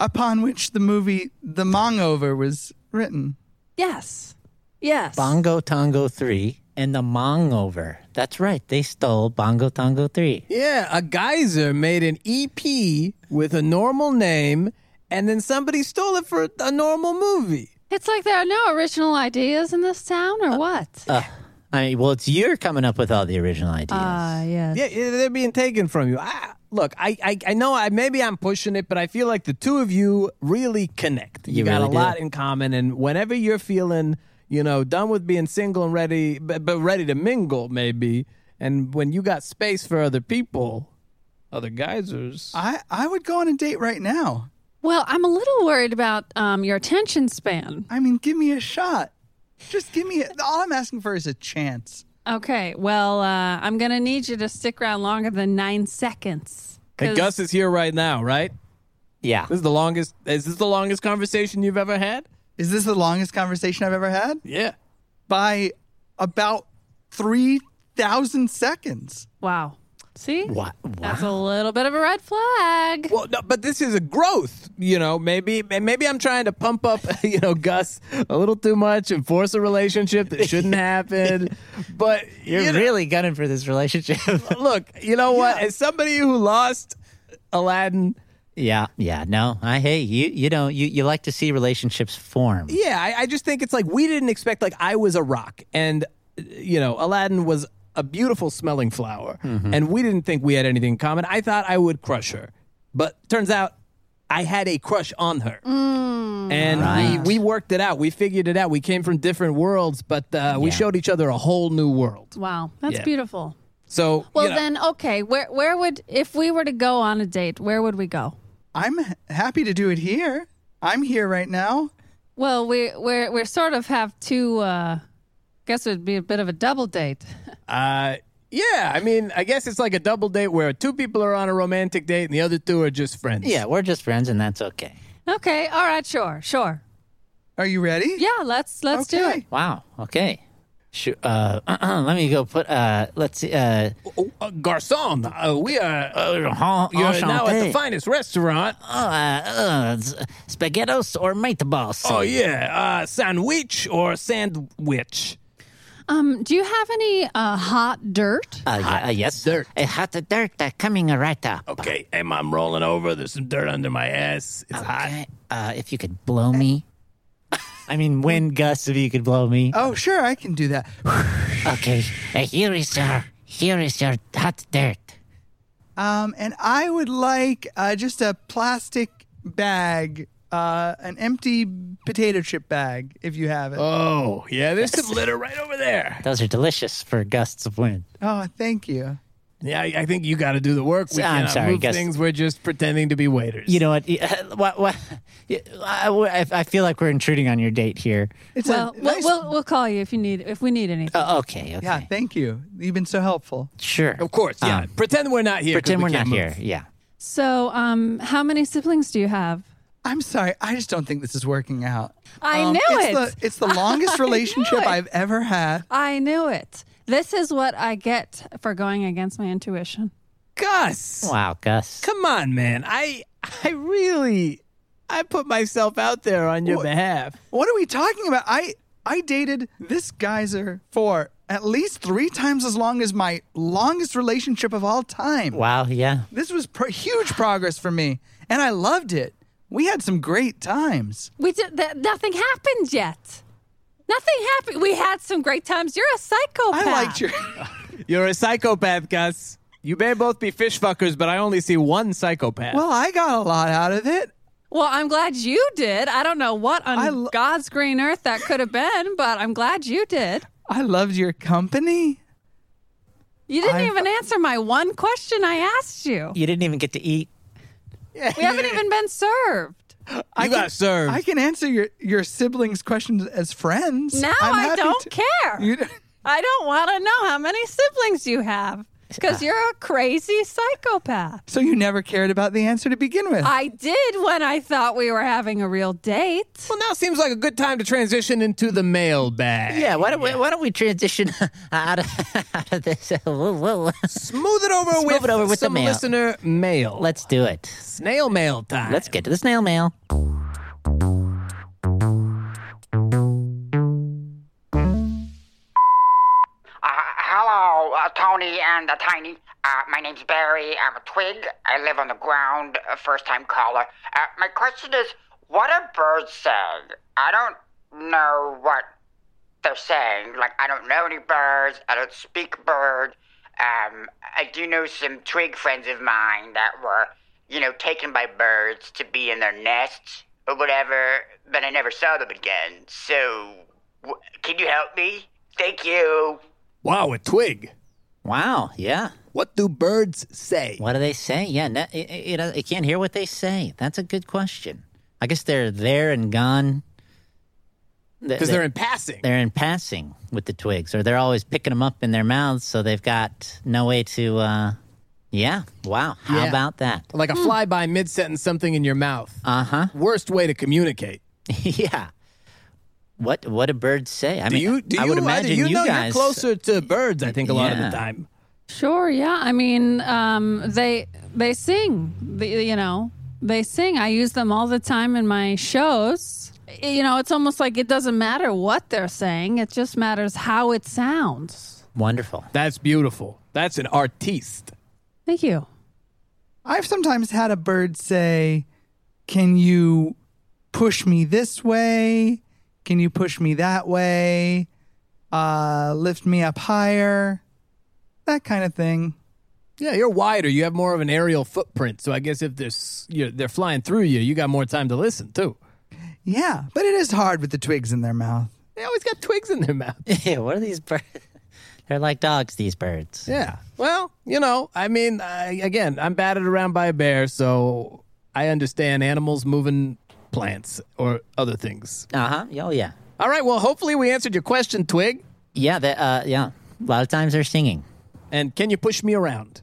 D: Upon which the movie The Mongover was written.
C: Yes, yes.
A: Bongo Tango 3 and the Mongover. That's right. They stole Bongo Tango 3.
B: Yeah, a geyser made an EP with a normal name, and then somebody stole it for a normal movie.
C: It's like there are no original ideas in this town,
B: Uh,
C: or what?
B: uh-huh.
A: I mean, well, it's you're coming up with all the original ideas.
C: Ah, yes.
B: Yeah, yeah, they're being taken from you. I, look, I, I, I know I maybe I'm pushing it, but I feel like the two of you really connect. You,
A: You
B: got
A: really
B: a
A: do.
B: lot in common, and whenever you're feeling, you know, done with being single and ready, but, but ready to mingle, maybe, and when you got space for other people, other geysers.
D: I, I would go on a date right now.
C: Well, I'm a little worried about um, your attention span.
D: I mean, give me a shot. Just give me a, all I'm asking for is a chance.
C: Okay, well, uh, I'm going to need you to stick around longer than nine seconds.
B: Hey,
C: 'Cause-
B: Gus is here right now, right?
A: yeah.
B: This is the longest. Is this the longest conversation you've ever had?
D: Is this the longest conversation I've ever had?
B: Yeah.
D: By about 3,000 seconds.
C: Wow. See?
A: Wow.
C: That's a little bit of a red flag.
B: Well, no, but this is a growth, you know. Maybe, maybe I'm trying to pump up, you know, Gus a little too much and force a relationship that shouldn't happen. But
A: You're
B: you know,
A: really gunning for this relationship.
B: look. You know what? As somebody who lost Aladdin,
A: yeah. Yeah. No, I, hey, you, you know, you, you like to see relationships form.
B: yeah, I, I just think it's like we didn't expect. Like I was a rock, and you know, Aladdin was a beautiful smelling flower, and we didn't think we had anything in common. I thought I would crush her, but turns out I had a crush on her,
C: Mm.
B: and
A: Right.
B: we, we worked it out. We figured it out. We came from different worlds, but uh, we
A: Yeah.
B: showed each other a whole new world.
C: Wow, that's
B: Yeah.
C: beautiful.
B: So
C: Well,
B: you know,
C: then, okay, where where would if we were to go on a date, where would we go?
D: I'm h- happy to do it here. I'm here right now.
C: Well, we we're we sort of have two. Uh, guess it would be a bit of a double date.
B: uh, yeah, I mean, I guess it's like a double date where two people are on a romantic date and the other two are just friends.
A: Yeah. We're just friends and that's okay.
C: Okay, all right, sure, sure.
D: Are you ready?
C: Yeah, let's let's do it.
D: Okay.
A: Wow. Okay. Sure. Uh, let me go put, uh, let's see, uh,
B: Oh, uh, garçon, uh, we are.
A: uh,
B: Uh,
A: en-
B: you're now at the
A: enchanté.
B: finest restaurant.
A: Oh, uh, uh, s- spaghettos or meatballs?
B: Oh yeah, uh, sandwich or sandwich?
C: Um, do you have any uh, hot dirt?
A: Uh, yeah, uh, yes.
B: dirt.
A: Uh, hot dirt uh, coming right up.
B: Okay, Em, I'm rolling over. There's some dirt under my ass. It's hot.
A: Okay. Uh, if you could blow me. I mean, when Gus, if you could blow me.
D: Oh, sure, I can do that.
A: Okay. Uh, here is your Here is your hot dirt.
D: Um, and I would like uh, just a plastic bag, uh, an empty potato chip bag, if you have it. Oh,
B: Oh, yeah, there's some litter right over there.
A: Those are delicious for gusts of wind.
D: Oh, thank you.
B: Yeah, I, I think you got to do the work. We
A: I'm
B: cannot
A: sorry,
B: move
A: guess-
B: things. We're just pretending to be waiters.
A: You know what? what, what I, I- I feel like we're intruding on your date here.
D: It's a
C: Well,
D: nice- Uh,
C: we'll, we'll we'll call you if you need if we need anything.
A: Oh, okay, okay.
D: yeah, thank you. You've been so helpful.
A: Sure.
B: of course. Yeah,
A: Um,
B: pretend we're not here. 'cause
A: pretend
B: we
A: we're not
B: can't move.
A: here. Yeah.
C: So, um, how many siblings do you have?
D: I'm sorry. I just don't think this is working out.
C: I knew
D: um, it's
C: it.
D: The, it's the longest relationship
C: it.
D: I've ever had.
C: I knew it. This is what I get for going against my intuition.
B: Gus.
A: Wow, Gus.
B: Come on, man. I I really I put myself out there on your
D: What?
B: behalf.
D: What are we talking about? I I dated this geyser for at least three times as long as my longest relationship of all time.
A: Wow, yeah.
D: This was pro- huge progress for me, and I loved it. We had some great times.
C: We did th- nothing happened yet. Nothing happened. We had some great times. You're a
D: I
C: psychopath.
D: liked your.
B: You're a psychopath, Gus. You may both be fish fuckers, but I only see one psychopath.
D: Well, I got a lot out of it.
C: Well, I'm glad you did. I don't know what on
D: I lo-
C: God's green earth that could have been, but I'm glad you did.
D: I loved your company.
C: You didn't
D: I-
C: even answer my one question I asked you.
A: You didn't even get to eat.
C: We haven't even been served.
B: I
D: can-
B: got served.
D: I can answer your your siblings' questions as friends.
C: Now
D: I'm
C: I
D: happy
C: don't
D: to-
C: care.
D: You don't-
C: I don't want to know how many siblings you have because you're a crazy psychopath.
D: so you never cared about the answer to begin with.
C: I did when I thought we were having a real date.
B: well, now seems like a good time to transition into the mailbag.
A: Yeah, why don't we why don't we transition out of out of this? Whoa, whoa.
B: Smooth it over with
A: it over with the
B: some
A: mail.
B: listener mail.
A: Let's do it.
B: snail mail time.
A: Let's get to the snail mail.
E: Uh, hello, uh, Tony and uh, Tiny. Uh, my name's Barry. I'm a twig. I live on the ground, a first time caller. Uh, my question is what are birds saying? I don't know what they're saying. Like, I don't know any birds. I don't speak bird. Um, I do know some twig friends of mine that were, you know, taken by birds to be in their nests or whatever, but I never saw them again. So, w- can you help me? Thank you.
B: Wow, a twig.
A: Wow, yeah.
B: What do birds say?
A: What do they say? Yeah, no, it, it, it- it can't hear what they say. That's a good question. I guess they're there and gone.
B: Because they're in passing.
A: they're in passing with the twigs, or they're always picking them up in their mouths, so they've got no way to. Uh, yeah, wow. How
B: Yeah.
A: about that?
B: like a fly by mid sentence something in your mouth.
A: Hmm. Uh huh.
B: Worst way to communicate.
A: yeah. What What do birds say? I
B: Do
A: mean,
B: you uh, do
A: I would
B: you, either
A: imagine
B: you, know
A: guys.
B: you're closer to birds, I think, a lot of
A: Yeah.
B: the time.
C: Sure, yeah. I mean, um, they they sing. The, you know, they sing. I use them all the time in my shows. You know, it's almost like it doesn't matter what they're saying; it just matters how it sounds.
A: Wonderful.
B: That's beautiful. That's an artiste.
C: Thank you.
D: I've sometimes had a bird say, Can you push me this way? Can you push me that way? Uh, lift me up higher? That kind of thing.
B: Yeah, you're wider. You have more of an aerial footprint. So I guess if there's you're, they're flying through you, you got more time to listen too.
D: Yeah, but it is hard with the twigs in their mouth.
B: They always got twigs in their mouth.
A: Yeah, what are these birds? They're like dogs. These birds.
B: Yeah. Well, you know, I mean, I, again, I'm batted around by a bear, so I understand animals moving plants or other things.
A: Uh huh. Oh yeah.
B: All right. Well, hopefully we answered your question, Twig.
A: Yeah. They, uh, yeah. A lot of times they're singing.
B: And can you push me around?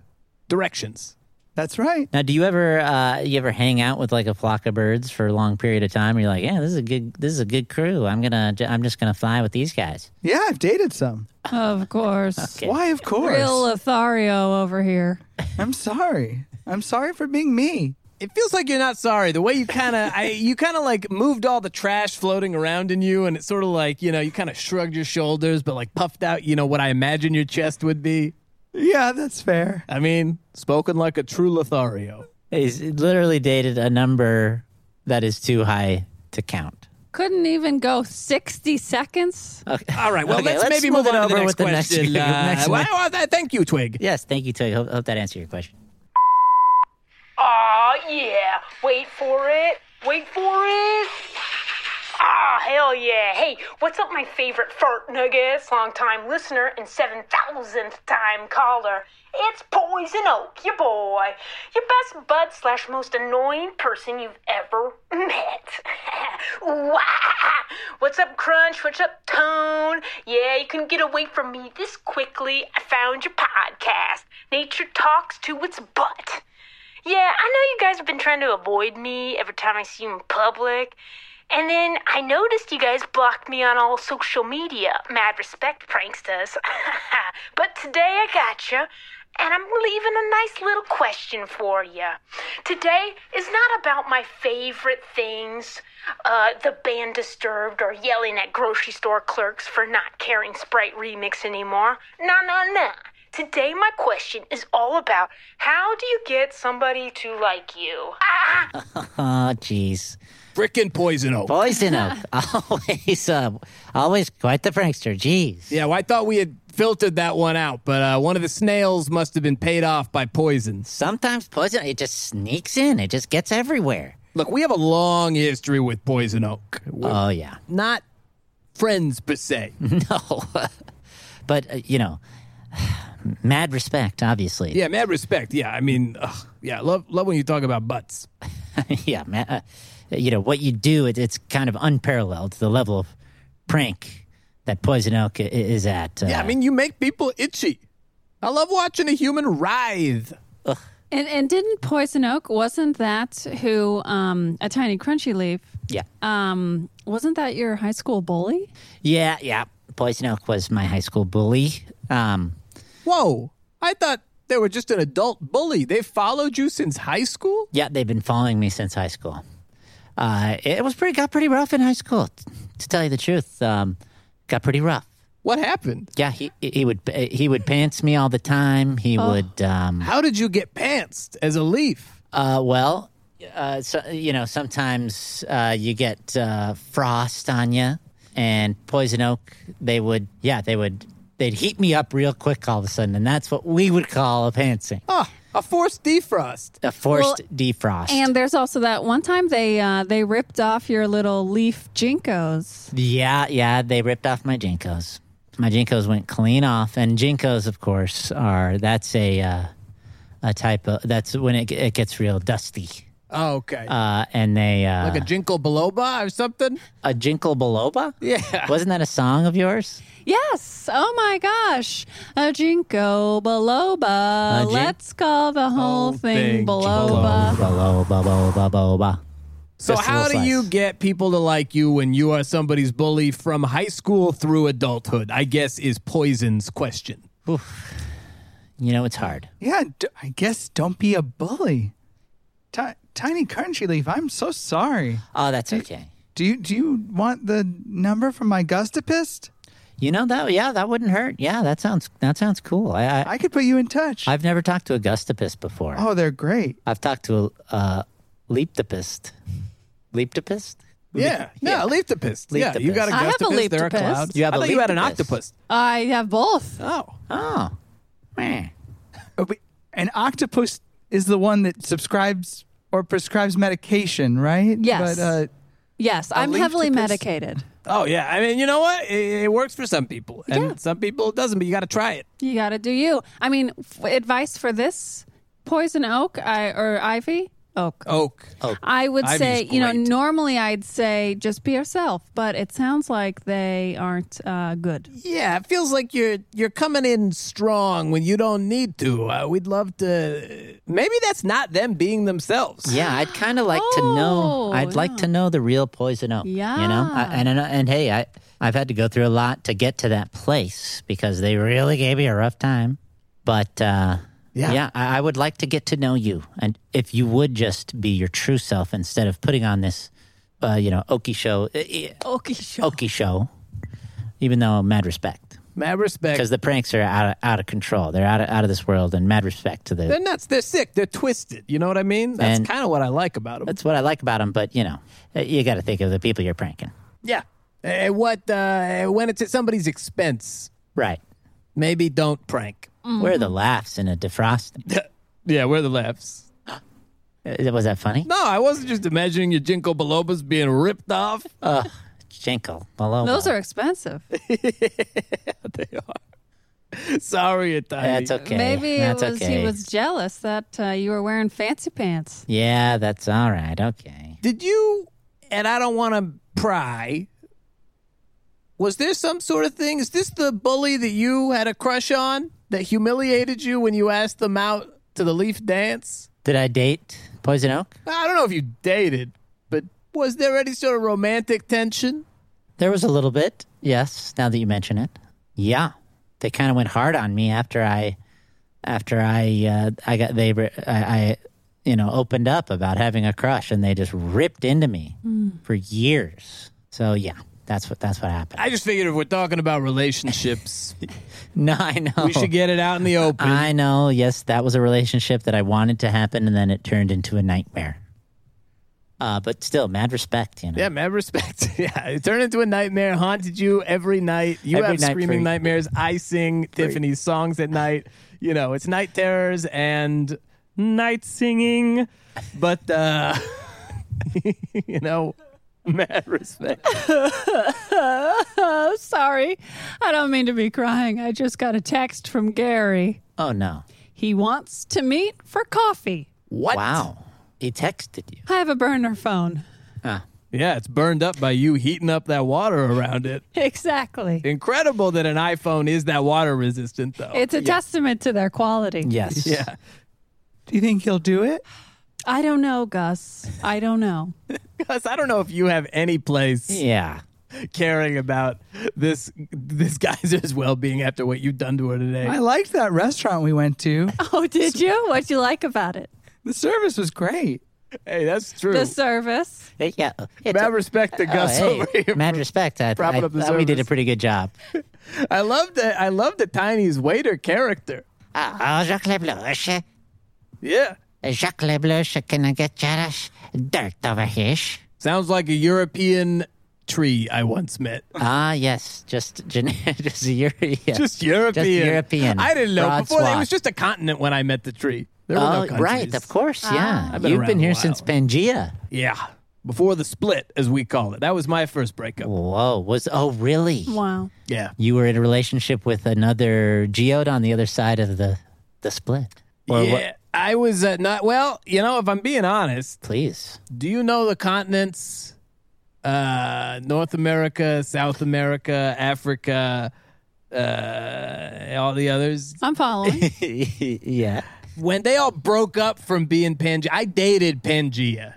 B: Directions.
D: That's right.
A: Now, do you ever uh, you ever hang out with like a flock of birds for a long period of time? Where you're like, yeah, this is a good this is a good crew. I'm gonna j- I'm just gonna fly with these guys.
D: Yeah, I've dated some.
C: Of course,
A: Okay.
D: Why, of course.
C: real uh, Lothario over here.
D: I'm sorry. I'm sorry for being me.
B: It feels like you're not sorry. The way you kind of, I, you kind of like moved all the trash floating around in you, and it's sort of like you know, you kind of shrugged your shoulders, but like puffed out, you know, what I imagine your chest would be.
D: Yeah, that's fair.
B: I mean, spoken like a true Lothario.
A: He's literally dated a number that is too high to count.
C: couldn't even go 60 seconds.
B: All right. Well,
A: Okay,
B: let's,
A: let's
B: maybe
A: move it
B: move on to
A: over
B: the next
A: with the next-
B: question. Uh,
A: next one.
B: well, th- thank you, Twig.
A: Yes, thank you, Twig. Hope, hope that answered your question.
F: Aw, yeah. Wait for it. Wait for it. Ah, hell yeah. Hey, what's up, my favorite fart nuggets? Long-time listener and 7,000th time caller. It's Poison Oak, your boy. Your best bud slash most annoying person you've ever met. Wah! what's up, Crunch? What's up, Tone? Yeah, you couldn't get away from me this quickly. I found your podcast. Nature talks to its butt. Yeah, I know you guys have been trying to avoid me every time I see you in public. And then I noticed you guys blocked me on all social media. Mad respect, pranksters. but today I gotcha, and I'm leaving a nice little question for you. Today is not about my favorite things, uh, the band disturbed or yelling at grocery store clerks for not carrying Sprite Remix anymore. No, no, no. Today, my question is all about how do you get somebody to like you? Ah!
A: Oh, jeez.
B: Frickin' Poison Oak.
A: Poison Oak. always, uh, always quite the prankster. Jeez.
B: Yeah, well, I thought we had filtered that one out, but uh, one of the snails must have been paid off by poisons.
A: Sometimes poison, it just sneaks in. It just gets everywhere.
B: Look, we have a long history with Poison Oak. We're
A: Oh, yeah.
B: not friends per se.
A: Mm-hmm. No. but, uh, you know, mad respect, obviously.
B: yeah, mad respect. Yeah, I mean, ugh, yeah, love love when you talk about butts.
A: yeah, man. Uh, you know what you do? It, it's kind of unparalleled the level of prank that Poison Oak i- is at. Uh,
B: Yeah, I mean, you make people itchy. I love watching a human writhe.
C: And, and didn't Poison Oak, wasn't that who, um, a tiny crunchy leaf,
A: yeah,
C: um, wasn't that your high school bully?
A: yeah, yeah. Poison Oak was my high school bully. Um,
B: Whoa, I thought they were just an adult bully. They followed you since high school?
A: yeah, they've been following me since high school. Uh, it was pretty got pretty rough in high school, t- to tell you the truth. Um, got pretty rough.
B: What happened?
A: Yeah, he he would he would pants me all the time. He
B: Oh.
A: would um,
B: How did you get pantsed as a leaf?
A: Uh, well, uh, so, you know, sometimes uh, you get uh, frost on you, and poison oak. They would, yeah, they would, they'd heat me up real quick all of a sudden, and that's what we would call a pantsing,
B: Ah, a forced defrost.
A: a forced defrost.
C: And there's also that one time they uh, they ripped off your little leaf jinkos.
A: yeah, yeah, they ripped off my jinkos. My jinkos went clean off, and jinkos, of course, are that's a uh, a type of that's when it it gets real dusty,
B: Oh, okay.
A: uh, and they uh,
B: like a Jinko Biloba or something?
A: a jinkle biloba.
B: Yeah.
A: wasn't that a song of yours?
C: Yes. Oh my gosh. A jinko biloba.
A: A jin-
C: Let's call the whole
B: Whole
C: thing,
B: thing
C: biloba.
A: Boba, boba, boba, boba.
B: So,
A: Just a
B: how do
A: little
B: you
A: slice.
B: get people to like you when you are somebody's bully from high school through adulthood? I guess is Poison's question.
A: You know, it's hard.
D: Yeah, d- I guess don't be a bully. Ti- Tiny crunchy leaf, I'm so sorry.
A: Oh, that's okay.
D: Do you do you want the number from my Gustapist?
A: You know that? Yeah, that wouldn't hurt. Yeah, that sounds that sounds cool. I, I
D: I could put you in touch.
A: I've never talked to a gustapist before.
D: oh, they're great.
A: I've talked to a uh, leaptopist. Leaptopist?
B: Yeah, yeah, leaf to piss. Yeah, you
A: Leaptopist.
B: got a
C: I have a
B: gustopist. There are
C: leaptopist.
B: clouds.
A: You have
B: I
A: a
B: thought you had an
A: leaptopist.
B: octopus.
C: I have both.
B: Oh,
A: Oh, man.
D: Oh, but An octopus is the one that subscribes or prescribes medication, right?
C: Yes.
D: But uh,
C: Yes, i I'm
D: leaf
C: heavily
D: to piss.
C: medicated.
B: oh yeah. I mean, you know what? It, it works for some people, and some people it doesn't. But you got to try it.
C: You got to do you. I mean, f- advice for this poison oak I, or ivy? Oak.
B: Oak.
C: I would
B: Ivy's
C: say, you know,
B: great.
C: normally I'd say just be yourself, but it sounds like they aren't uh, good.
B: Yeah, it feels like you're you're coming in strong when you don't need to. Uh, we'd love to. Maybe that's not them being themselves.
A: Yeah, I'd kind of like to know.
C: Oh,
A: I'd like to know the real poison oak. you know. I,
C: Yeah.
A: and, and and hey, I I've had to go through a lot to get to that place because they really gave me a rough time. But uh, yeah, I, I would like to get to know you, and if you would just be your true self instead of putting on this, uh, you know, okie show, eh, eh,
C: Okay, sure.
A: okie show, even though mad respect
B: Mad respect.
A: because the pranks are out of, out of control. They're out of, out of this world, and mad respect to the
B: They're nuts. They're sick. They're twisted. You know what I mean? That's
A: And-
B: kind of what I like about them.
A: That's what I like about them, but you know, you got to think of the people you're pranking.
B: Yeah. Uh, what uh, when it's at somebody's expense,
A: Right.
B: maybe don't prank.
C: Mm-hmm.
A: Where are the laughs in a defrost?
B: Yeah, where are the laughs?
A: Uh, Was that funny?
B: No, I wasn't just imagining your Jinko Balobas being ripped off.
A: Jinkle. Below.
C: Those are expensive.
B: they are. Sorry, Itani.
A: That's okay.
C: Maybe
A: That's
C: it was
A: okay.
C: he was jealous that uh, you were wearing fancy pants.
A: Yeah, that's all right. Okay.
B: Did you, and I don't want to pry, was there some sort of thing? Is this the bully that you had a crush on that humiliated you when you asked them out to the Leaf dance?
A: Did I date Poison Oak?
B: I don't know if you dated, but was there any sort of romantic tension?
A: There was a little bit. Yes, now that you mention it. Yeah. They kind of went hard on me after I after I uh, I got they re- I, I you know opened up about having a crush and they just ripped into me for years. So yeah, that's what that's what happened.
B: I just figured if we're talking about relationships,
A: no, I know.
B: we should get it out in the open.
A: I know. Yes, that was a relationship that I wanted to happen, and then it turned into a nightmare. Uh, but still, mad respect, you know.
B: Yeah, mad respect. yeah, it turned into a nightmare, haunted you every night. You
A: Every
B: have
A: night
B: screaming
A: for-
B: nightmares. I sing Tiffany's songs at night. You know, it's night terrors and night singing, but uh you know, mad respect.
C: Oh, sorry. I don't mean to be crying. I just got a text from Gary.
A: Oh no!
C: He wants to meet for coffee.
B: What?
A: Wow, he texted you.
C: I have a burner phone.
B: Yeah, it's burned up by you heating up that water around it.
C: Exactly.
B: Incredible that an iPhone is that water resistant though.
C: It's a testament to their quality.
A: Yes.
B: yeah.
D: Do you think he'll do it?
C: I don't know, Gus. I don't know.
B: Gus, I don't know if you have any place
A: Yeah.
B: caring about this this geyser's well being after what you've done to her today.
D: I liked that restaurant we went to.
C: Oh, did you? What'd you like about it?
D: The service was great.
B: Hey, that's true.
C: The service.
A: Hey, Yeah. It's
B: Mad
A: a-
B: respect to
A: oh,
B: Gus
A: hey,
B: over here.
A: Mad respect. I,
B: propping
A: I
B: up the
A: thought we did a
B: service.
A: pretty good job.
B: I love that. I love the Tiny's waiter character.
A: Ah, oh, Jacques Leblanche.
B: Yeah,
A: Jacques Leblanche, can I get Jarash dirt over here?
B: sounds like a European tree I once met.
A: Ah, yes. Just, gen- just, a Euro- yeah.
B: Just European.
A: European.
B: I didn't know
A: Broad
B: before. that It
A: swath.
B: was just a continent when I met the tree. There were no
A: Oh,
B: countries.
A: right. Of course. Yeah.
B: I've been
A: You've
B: around
A: been
B: a
A: here
B: while.
A: since Pangea.
B: Yeah, before the split, as we call it. That was my first breakup.
A: Whoa. Was oh really?
C: Wow.
B: Yeah.
A: You were in a relationship with another geode on the other side of the the split. Or
B: yeah.
A: what?
B: I was uh, not well. You know, if I'm being honest,
A: Please.
B: Do you know the continents? Uh, North America, South America, Africa, uh, all the others.
C: I'm following.
A: yeah.
B: When they all broke up from being Pangea, I dated Pangea.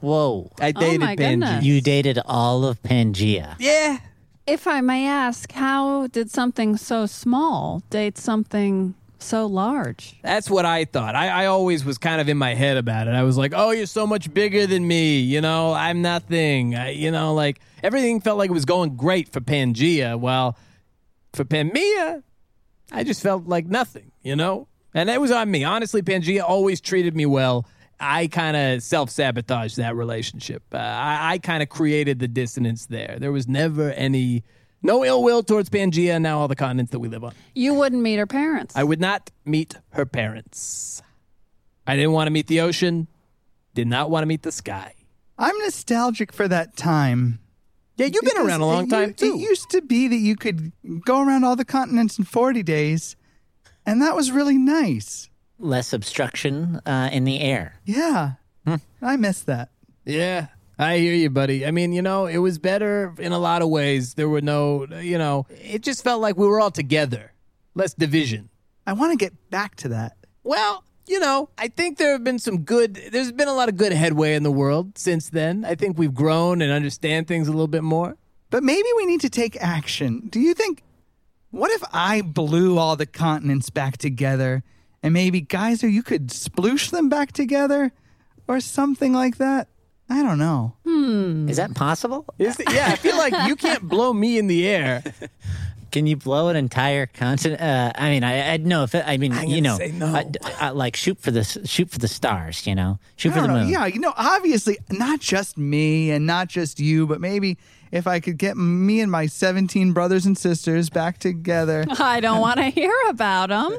A: Whoa.
B: I dated
C: Oh
B: Pangea.
C: my goodness.
A: You dated all of Pangea.
B: Yeah.
C: if I may ask, how did something so small date something so large?
B: That's what I thought. I, I always was kind of in my head about it. I was like, oh, you're so much bigger than me. You know, I'm nothing. I, you know, like everything felt like it was going great for Pangea. Well, for Pangea, I just felt like nothing, you know? And that was on me. Honestly, Pangea always treated me well. I kind of self sabotaged that relationship. Uh, I, I kind of created the dissonance there. There was never any, no ill will towards Pangea and now all the continents that we live on.
C: You wouldn't meet her parents.
B: I would not meet her parents. I didn't want to meet the ocean. Did not want to meet the sky.
D: I'm nostalgic for that time.
B: Yeah, you've been
D: Because
B: around a long
D: it-
B: time
D: it
B: too.
D: used to be that you could go around all the continents in 40 days, and that was really nice.
A: Less obstruction uh, in the air.
D: Yeah,
B: Hmm.
D: I miss that.
B: yeah, I hear you, buddy. I mean, you know, it was better in a lot of ways. There were no, you know, it just felt like we were all together, less division.
D: I want to get back to that.
B: Well, you know, I think there have been some good, there's been a lot of good headway in the world since then. I think we've grown and understand things a little bit more.
D: But maybe we need to take action. Do you think? What if I blew all the continents back together, and maybe Geyser, you could sploosh them back together, or something like that? I don't know.
B: Mm.
A: Is that possible?
B: Is it, yeah, I feel like you can't blow me in the air.
A: Can you blow an entire continent? Uh, I mean, I, I know if it, I mean
B: I'm
A: you
B: gonna
A: know,
B: say no.
A: I- I- like shoot for the s- shoot for the stars, you know, shoot
D: I
A: for the
D: don't know.
A: moon.
D: Yeah, you know, obviously, not just me and not just you, but maybe if I could get me and my 17 brothers and sisters back together.
C: I don't want to hear about them.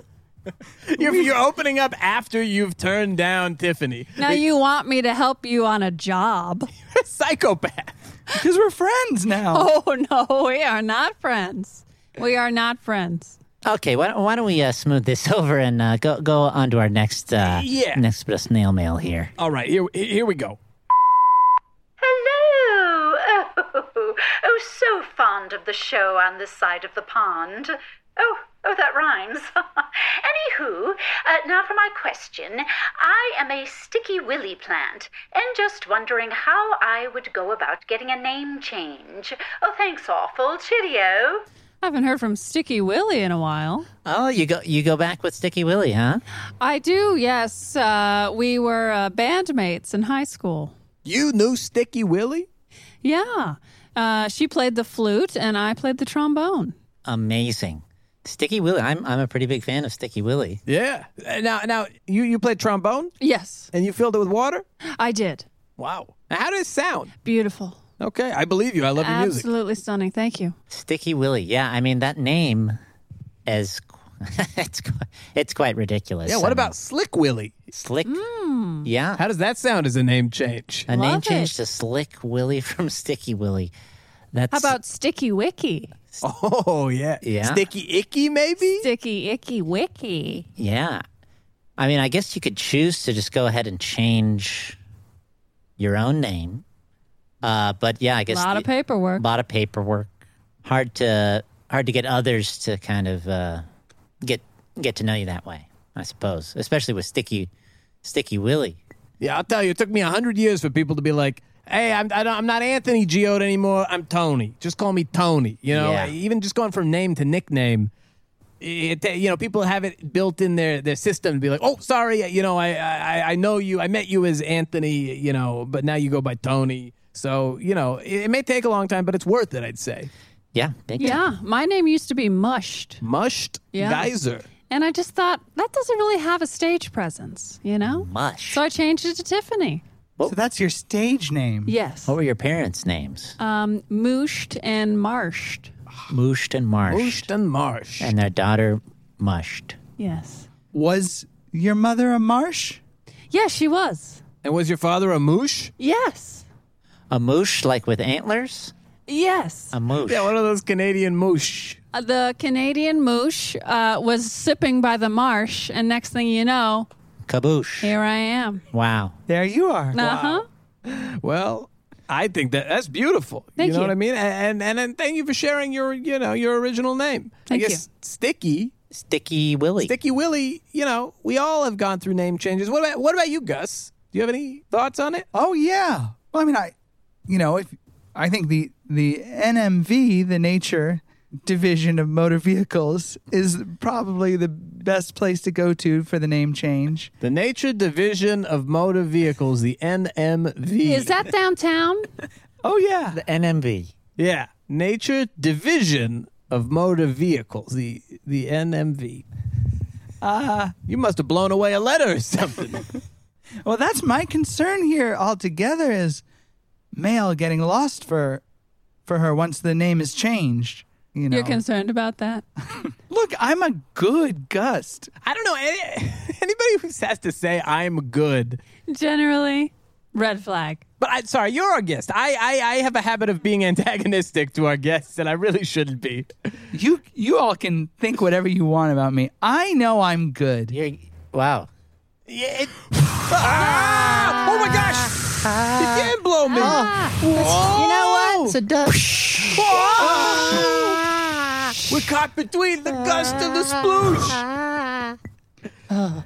B: You're, you're opening up after you've turned down Tiffany.
C: Now you want me to help you on a job.
B: Psychopath.
D: Because we're friends now.
C: Oh, no, we are not friends. We are not friends.
A: Okay, why, don't- why don't we uh, smooth this over and uh, go go on to our next uh,
B: Yeah.
A: next bit of snail mail here.
B: All right, here here we go.
G: Hello! Oh, oh, so fond of the show on this side of the pond. Oh, oh, that rhymes. Anywho, uh, now for my question. I am a sticky willy plant and just wondering how I would go about getting a name change. Oh, thanks awful. Cheerio.
C: I haven't heard from Sticky Willie in a while.
A: Oh, you go you go back with Sticky Willie, huh?
C: I do, yes. Uh, we were uh, bandmates in high school.
B: You knew Sticky Willie?
C: Yeah. Uh, she played the flute and I played the trombone.
A: Amazing, Sticky Willie. I'm I'm a pretty big fan of Sticky Willie.
B: Yeah. Uh, Now now you you played trombone
C: Yes,
B: and you filled it with water?
C: I did.
B: Wow. Now, How did it sound?
C: Beautiful.
B: Okay, I believe you. I love your music.
C: Absolutely stunning. Thank you.
A: Sticky Willie. Yeah, I mean that name is qu- it's qu- it's quite ridiculous.
B: Yeah,
A: I mean,
B: what about Slick Willie?
A: Slick? Yeah,
B: How does that sound as a name change?
A: a name
C: Hmm. Love
A: change
C: it.
A: to Slick Willie from Sticky Willie. That's
C: How about Sticky Wicky?
B: Oh, yeah.
A: Yeah.
B: Sticky Icky, maybe?
C: Sticky Icky Wicky.
A: yeah. I mean, I guess you could choose to just go ahead and change your own name. Uh, but yeah, I
C: A
A: guess
C: lot of
A: the-
C: paperwork.
A: lot of paperwork. Hard to hard to get others to kind of uh, get get to know you that way, I suppose. Especially with Sticky Sticky Willie.
B: Yeah, I'll tell you, it took me 100 years for people to be like, hey, I'm, I don't, I'm not Anthony Geode anymore. I'm Tony. Just call me Tony. You know,
A: Yeah.
B: even just going from name to nickname. It, you know, people have it built in their, their system to be like, oh, sorry, you know, I, I I know you, I met you as Anthony, you know, but now you go by Tony. So you know, it, it may take a long time, but it's worth it, I'd say.
A: Yeah, big time.
C: Yeah, my name used to be Mushed.
B: Mushed
C: Yeah.
B: geyser.
C: And I just thought, that doesn't really have a stage presence, you know?
A: Mush.
C: So I changed it to Tiffany.
D: So that's your stage name.
C: Yes.
A: What were your parents' names?
C: Um, mooshed and marshed.
A: Mooshed and Marsh.
B: Mushed and marsh.
A: And their daughter Mushed.
C: Yes.
D: Was your mother a marsh?
C: Yes, she was.
B: And was your father a moosh?
C: Yes.
A: A moosh like with antlers?
C: Yes.
A: A moosh.
B: Yeah, one of those Canadian moosh.
C: Uh, the Canadian moosh uh, was sipping by the marsh, and next thing you know,
A: Kaboosh.
C: here I am.
A: Wow.
D: There you are.
C: Uh huh.
B: Well, I think that that's beautiful.
C: Thank
B: you know
C: you.
B: what I mean? And, and and thank you for sharing your you know your original name.
C: Thank
B: I guess Sticky
A: Sticky Willie.
B: Sticky Willie. You know, we all have gone through name changes. What about what about you, Gus? Do you have any thoughts on it?
D: Oh yeah. Well, I mean, I, you know, if I think the the NMV, the Nature Division of Motor Vehicles, is probably the best place to go to for the name change.
B: The Nature Division of Motor Vehicles, the NMV.
C: Is that downtown?
D: Oh yeah.
A: the NMV.
B: yeah? Nature Division of Motor Vehicles, the the NMV. Ah, you must have blown away a letter or something.
D: Well, that's my concern here altogether is mail getting lost for for her once the name is changed. You know,
C: You're concerned about that?
D: look, I'm a good gust.
B: I don't know any, anybody who has to say I'm good.
C: Generally, red flag.
B: But I, sorry, you're our guest. I, I, I have a habit of being antagonistic to our guests, and I really shouldn't be.
D: You you all can think whatever you want about me. I know I'm good.
A: You're, wow.
B: Yeah, it- Ah! Oh my gosh! You can blow me.
A: Ah! You know what? So
B: Ah! We're caught between the gust and the sploosh.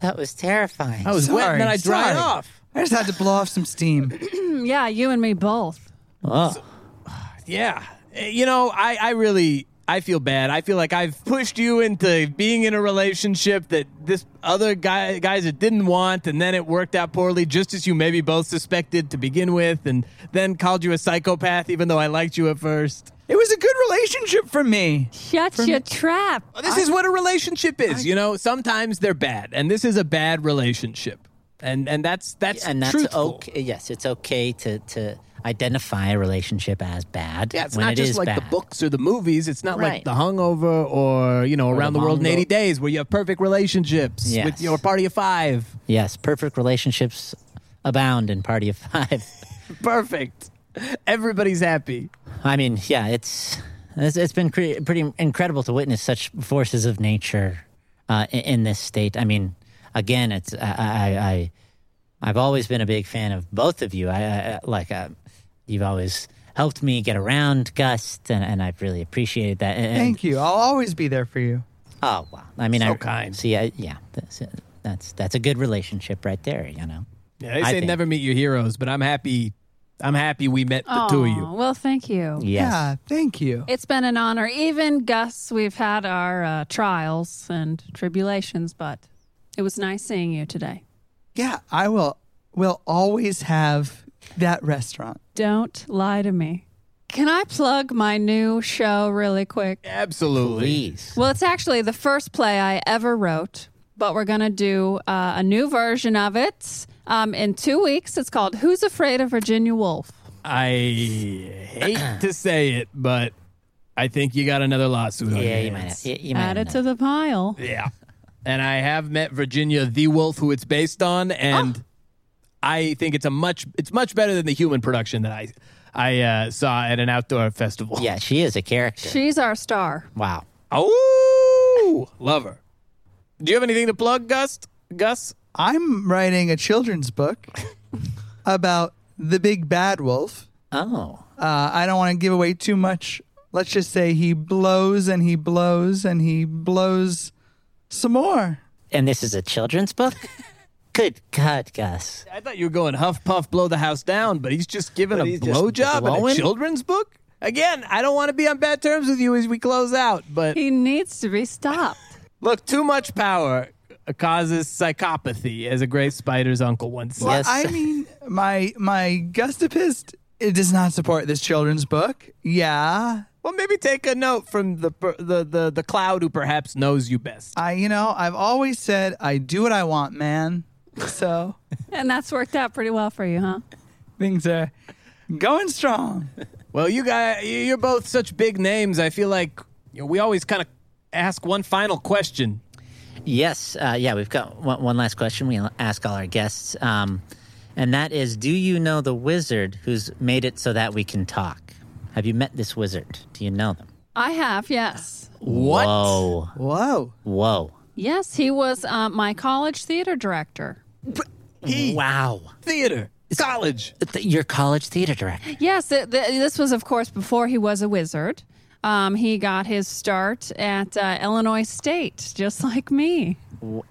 A: that was terrifying.
B: I was wet, and then I
D: Sorry,
B: dried
D: sorry.
B: off.
D: I just had to blow off some steam.
C: Yeah, you and me both.
A: Oh.
B: Yeah, Uh, you know, I, I really. I feel bad. I feel like I've pushed you into being in a relationship that this other guy guys that didn't want, and then it worked out poorly, just as you maybe both suspected to begin with, and then called you a psychopath, even though I liked you at first.
D: It was a good relationship for me.
C: Shut your trap.
B: Well, this is what a relationship is. you know, sometimes they're bad, and this is a bad relationship, and and that's that's
A: and that's
B: truthful.
A: okay. Yes, it's okay to to identify a relationship as bad.
B: Yeah, it's
A: when
B: not
A: it
B: just
A: is
B: like the
A: bad.
B: books or the movies. It's not like
A: Right.
B: The Hungover or you know Around the,
A: The
B: World in
A: Mongo.
B: Eighty Days, where you have perfect relationships with
A: Yes.
B: your party of five.
A: Yes, perfect relationships abound in Party of Five.
B: Perfect. Everybody's happy.
A: I mean, yeah, it's it's, it's been cre- pretty incredible to witness such forces of nature uh, in, in this state. I mean, again, it's I, I, I I've always been a big fan of both of you. I, I I- like uh, you've always helped me get around, Gust, and, and I've really appreciated that. And,
D: Thank you. I'll always be there for you.
A: Oh wow! I mean,
B: So
A: I
B: kind.
A: See, I, yeah, that's, that's that's a good relationship right there. You know.
B: Yeah, they
A: I
B: say
A: think-
B: never meet your heroes, but I'm happy. I'm happy we met the two of
C: Aw,
B: you.
C: Well, thank you.
A: Yes.
D: Yeah, thank you.
C: It's been an honor. Even Gus, we've had our uh, trials and tribulations, but it was nice seeing you today.
D: Yeah, I will will always have that restaurant.
C: Don't lie to me. Can I plug my new show really quick?
B: Absolutely.
A: Please.
C: Well, it's actually the first play I ever wrote, but we're going to do uh, a new version of it um, in two weeks. It's called Who's Afraid of Virginia Woolf?
B: I hate to say it, but I think you got another lawsuit on your
A: yeah, you might.
B: hands.
A: Have, you, you might.
C: Add
A: have
C: it to
A: known.
C: the pile.
B: Yeah. And I have met Virginia the Wolf, who it's based on, and
A: Ah.
B: I think it's a much it's much better than the human production that I I uh, saw at an outdoor festival.
A: yeah, she is a character.
C: She's our star.
A: wow.
B: Oh, love her. Do you have anything to plug, Gus? Gus?
D: I'm writing a children's book about the big bad wolf.
A: Oh.
D: Uh, I don't want to give away too much. Let's just say he blows and he blows and he blows some more.
A: And this is a children's book. Good God, Gus.
B: I thought you were going huff puff, blow the house down, but he's just giving a
A: he's just
B: blowjob in a
A: blowing?
B: children's book. Again, I don't want to be on bad terms with you as we close out, but
C: He needs to be stopped.
B: look, too much power causes psychopathy, as a great spider's uncle once said.
A: Yes.
D: I mean, my my gustapist it does not support this children's book. Yeah,
B: Well, maybe take a note from the per- the the, the cloud who perhaps knows you best.
D: I you know I've always said I do what I want, man. So
C: and that's worked out pretty well for you, huh?
D: things are going strong.
B: Well, you guys, you're both such big names. I feel like you know, we always kind of ask one final question.
A: Yes. Uh, yeah, we've got one, one last question we ask all our guests. Um, and that is Do you know the wizard who's made it so that we can talk? Have you met this wizard? Do you know them?
C: I have, yes.
B: What?
A: Whoa.
D: Whoa.
A: Whoa.
C: Yes, he was uh, my college theater director.
A: Wow.
B: E Theater, college.
A: Th- Your college theater director.
C: Yes, th- th- this was, of course, before he was a wizard. Um, he got his start at uh, Illinois State, just like me.
A: W-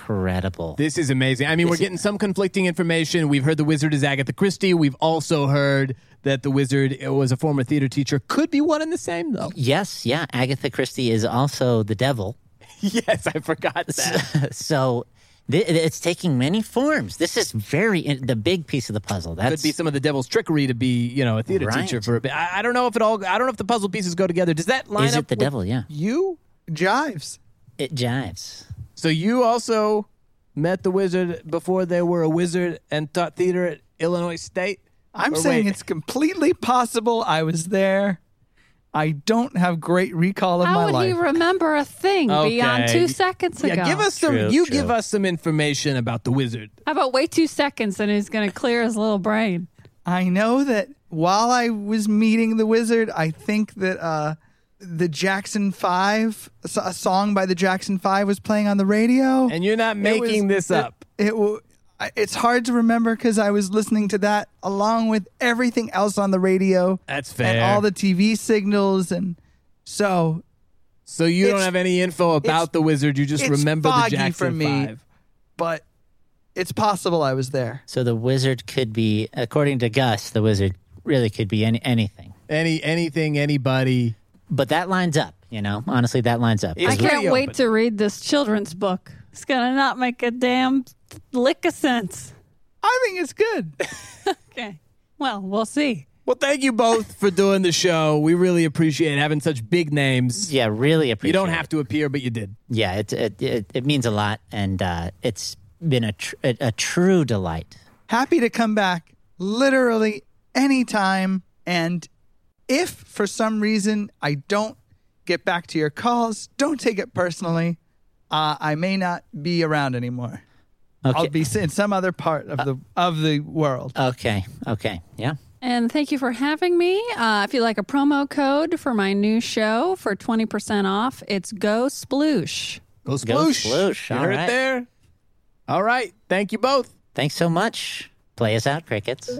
A: Incredible.
B: This is amazing. I mean, we're getting some conflicting information. We've heard the wizard is Agatha Christie. We've also heard that the wizard uh, was a former theater teacher. Could be one and the same, though.
A: Yes, yeah. Agatha Christie is also the devil.
B: yes, I forgot that.
A: So th- it's taking many forms. This is very in- the big piece of the puzzle. That's
B: Could be some of the devil's trickery to be, you know, a theater
A: Right.
B: teacher for a bit. I, I don't know if it all. I don't know if the puzzle pieces go together. Does that line
A: is
B: up?
A: it the
B: with
A: devil? Yeah,
B: You.
D: Jives.
A: it jives.
B: So you also met the wizard before they were a wizard and taught theater at Illinois State.
D: I'm
B: Or
D: saying
B: wait.
D: it's completely possible I was there. I don't have great recall of
C: How
D: my
C: would
D: life.
C: he remember a thing beyond
B: Okay.
C: two seconds
B: Yeah,
C: ago?
B: give us some.
A: True,
B: you
A: true.
B: give us some information about the wizard.
C: How about wait two seconds and he's going to clear his little brain?
D: I know that while I was meeting the wizard, I think that uh, the Jackson Five, a so- a song by the Jackson Five, was playing on the radio.
B: And you're not
D: It
B: making
D: was-
B: this
D: it-
B: up.
D: It, w- I- it's hard to remember because I was listening to that along with everything else on the radio
B: That's
D: and
B: fair.
D: all the TV signals, and so
B: so you don't
D: it's-
B: have any info
D: it's-
B: about the wizard. You just
D: it's
B: remember the
D: foggy
B: Jackson
D: for me.
B: Five.
D: but it's possible I was there.
A: So the wizard could be, according to Gus, the wizard really could be any- anything.
B: Any anything anybody.
A: But that lines up. You know, honestly, that lines up.
B: It's
C: I can't
B: pretty
C: wait
B: open.
C: to read this children's book. It's going to not make a damn lick of sense.
D: I think it's good.
C: Okay. Well, we'll see.
B: Well, thank you both for doing the show. We really appreciate having such big names.
A: Yeah, really appreciate.
B: You don't
A: it.
B: have to appear, but you did.
A: Yeah, it it it, it means a lot, and uh, it's been a tr- a, a true delight.
D: happy to come back literally anytime. And if for some reason I don't get back to your calls, don't take it personally. Uh, I may not be around anymore. I'll
A: Okay.
D: be in some other part
B: Uh,
D: of the of the world.
A: Okay, okay, yeah.
C: And thank you for having me. Uh, if you like a promo code for my new show for 20% off, it's Go Sploosh.
B: Go
A: sploosh.
B: sploosh.
A: All
B: You heard
A: right.
B: it there. All right. Thank you both.
A: Thanks so much. Play us out, crickets.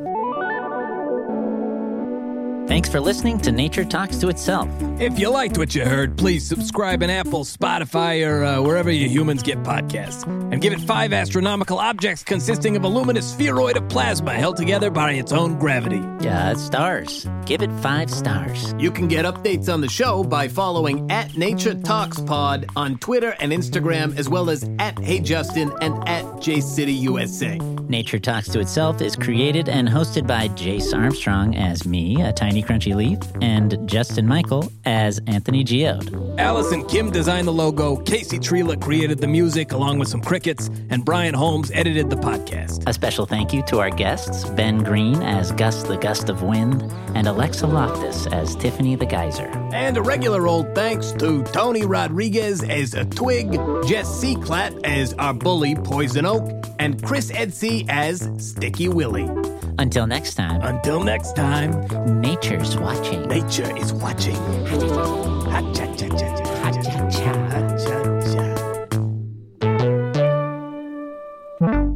A: Thanks for listening to Nature Talks to Itself.
B: If you liked what you heard, please subscribe on Apple, Spotify, or uh, wherever you humans get podcasts. And give it five astronomical objects consisting of a luminous spheroid of plasma held together by its own gravity.
A: Yeah, it's Uh, stars. Give it five stars.
B: You can get updates on the show by following at Nature Talks Pod on Twitter and Instagram, as well as at Hey Justin and at JCityUSA.
A: Nature Talks to Itself is created and hosted by Jace Armstrong as me, a tiny crunchy leaf, and Justin Michael as Anthony Geode.
B: Alice and Kim designed the logo, Casey Trela created the music along with some crickets, and Brian Holmes edited the podcast.
A: A special thank you to our guests, Ben Green as Gus the Gust of Wind, and Alexa Loftus as Tiffany the Geyser.
B: And a regular old thanks to Tony Rodriguez as a twig, Jess Seaclat as our bully Poison Oak, and Chris Edsey as Sticky Willie.
A: Until next time,
B: Until next time,
A: nature's watching.
B: nature is watching. Ha-cha-cha-cha-cha-cha. Ha-cha-cha.